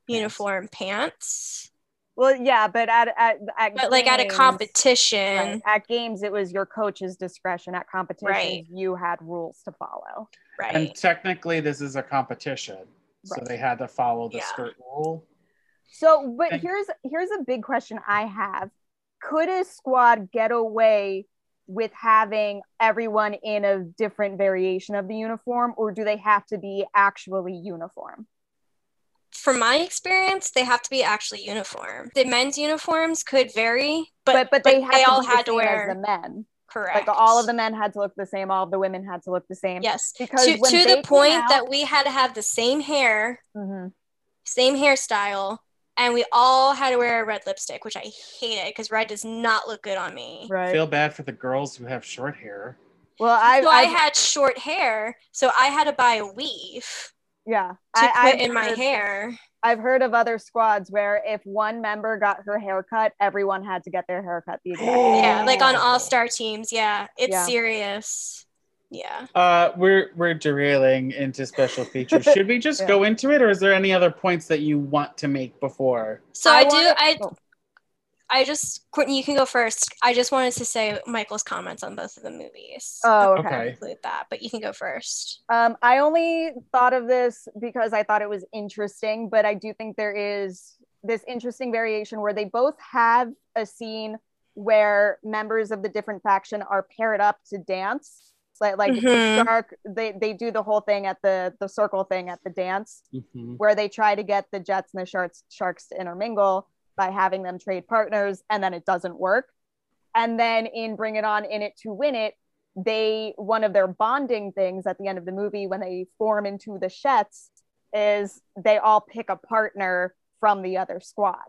F: uniform pants.
E: Well, yeah, but at at, at
F: But like at a
E: games-
F: competition,
E: right, at games, it was your coach's discretion. At competitions,
F: Right.
E: you had rules to follow.
F: right?
A: And technically, this is a competition, so
E: Right.
A: they had to follow the
F: Yeah.
A: skirt rule.
E: So, but
A: Thank-
E: here's here's a big question I have: Could a squad get away with having everyone in a different variation of the uniform, or do they have to be actually uniform?
F: From my experience, they have to be actually uniform. The men's uniforms could vary, but
E: but, they, had to
F: all
E: be
F: had
E: the
F: to
E: same as
F: wear
E: the men.
F: correct.
E: Like all of the men had to look the same, all of the women had to look the same.
F: Yes.
E: Because
F: to,
E: when
F: to
E: they
F: the
E: came
F: point
E: out-
F: that we had to have the same hair,
E: Mhm.
F: same hairstyle, and we all had to wear a red lipstick, which I hated because red does not look good on me.
E: right.
A: Feel bad for the girls who have short hair.
E: well, I,
F: so
E: I,
F: I had short hair, so I had to buy a weave
E: yeah,
F: to
E: I,
F: put
E: I've
F: in my
E: heard-
F: hair.
E: I've heard of other squads where if one member got her haircut, everyone had to get their haircut the exact same.
F: Yeah, like on all star teams. Yeah, it's
E: Yeah.
F: serious. Yeah.
A: Uh, we're we're derailing into special features. Should we just
E: Yeah.
A: go into it, or is there any other points that you want to make before?
F: So I, do.
E: wanna-
F: I
E: oh,
F: I just Courtney, you can go first. I just wanted to say Michael's comments on both of the movies.
E: oh, okay.
A: Okay.
F: Include that, but you can go first.
E: Um, I only thought of this because I thought it was interesting, but I do think there is this interesting variation where they both have a scene where members of the different faction are paired up to dance. It's Like, like
F: Mhm.
E: Stark, they, they do the whole thing at the the circle thing at the dance.
A: Mhm.
E: where they try to get the Jets and the Sharks Sharks to intermingle by having them trade partners, and then it doesn't work. And then in Bring It On, In It to Win It, they one of their bonding things at the end of the movie when they form into the Shets is they all pick a partner from the other squad.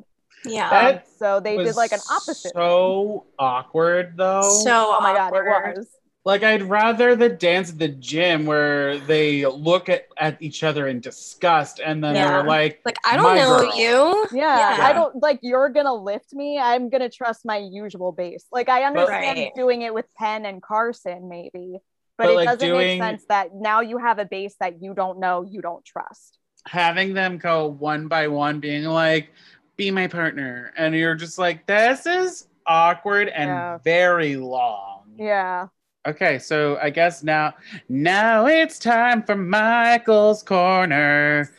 F: Yeah.
A: That
E: Um, so they did
A: Was
E: like an opposite.
A: So awkward though.
F: so um,
E: oh my god,
F: awkward.
E: it was.
A: Like I'd rather the dance at the gym where they look at, at each other in disgust and then
F: Yeah.
A: they're like,
F: Like I don't
A: My
F: know
A: girl.
F: you.
E: Yeah,
F: Yeah.
E: I don't like you're gonna lift me. I'm gonna trust my usual base. Like I understand
F: Right.
E: doing it with Penn and Carson, maybe, but,
A: But,
E: it
A: like,
E: doesn't
A: doing-
E: make sense that now you have a base that you don't know, you don't trust.
A: having them go one by one, being like, be my partner. And you're just like, this is awkward and
E: Yeah.
A: very long.
E: Yeah,
A: Okay, so I guess now now it's time for Michael's corner.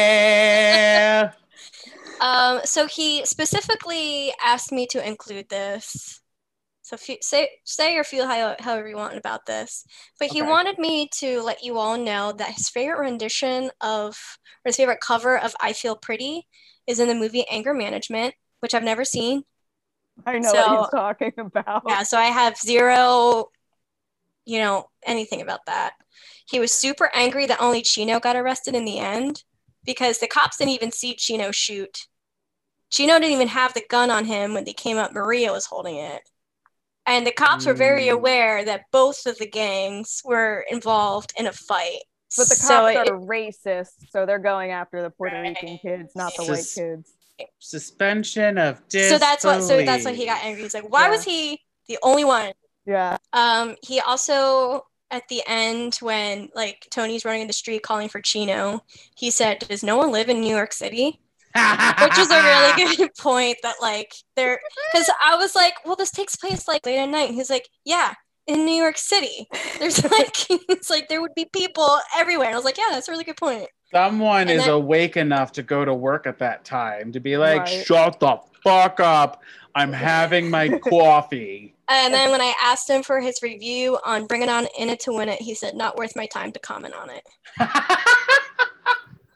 A: yeah.
F: Um, so he specifically asked me to include this. So fe- say say or feel how, however you want about this, but he
A: Okay.
F: wanted me to let you all know that his favorite rendition of or his favorite cover of "I Feel Pretty" is in the movie Anger Management, which I've never seen.
E: I know
F: So-
E: what he's talking about.
F: Yeah, so I have zero, you know, anything about that. He was super angry that only Chino got arrested in the end because the cops didn't even see Chino shoot. Chino didn't even have the gun on him when they came up. Maria was holding it. And the cops were very
A: Mm.
F: aware that both of the gangs were involved in a fight.
E: But the cops
F: so it-
E: are racist, so they're going after the Puerto
F: Right.
E: Rican kids, not the white
A: Sus-
E: kids.
A: Suspension of disbelief.
F: so that's what so that's why he got angry. He's like, why
E: Yeah.
F: was he the only one
E: Yeah,
F: Um, he also at the end when like Tony's running in the street calling for Chino, he said, "Does no one live in New York City?" Which is a really good point that like there because I was like, "Well, this takes place like late at night," and he's like, "Yeah." In New York City, there's like it's like there would be people everywhere. And I was like, yeah, that's a really good point.
A: Someone
F: And
A: is
F: then-
A: awake enough to go to work at that time to be like,
E: Right.
A: shut the fuck up. I'm having my coffee.
F: And then when I asked him for his review on Bring It On In It to Win It, he said, not worth my time to comment on it.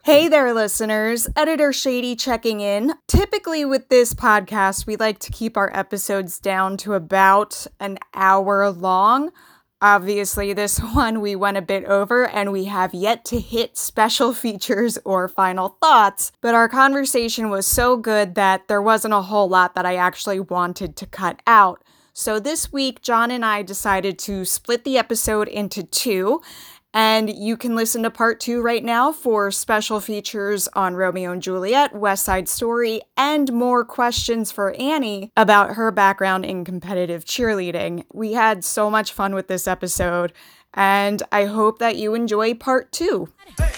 G: Hey there, listeners. Editor Shady checking in. Typically, with this podcast, we like to keep our episodes down to about an hour long. Obviously, this one we went a bit over and we have yet to hit special features or final thoughts, but our conversation was so good that there wasn't a whole lot that I actually wanted to cut out. So this week, John and I decided to split the episode into two
E: And you can listen to part two right now for special features on Romeo and Juliet, West Side Story, and more questions for Annie about her background in competitive cheerleading. We had so much fun with this episode, and I hope that you enjoy part two.
H: Hey,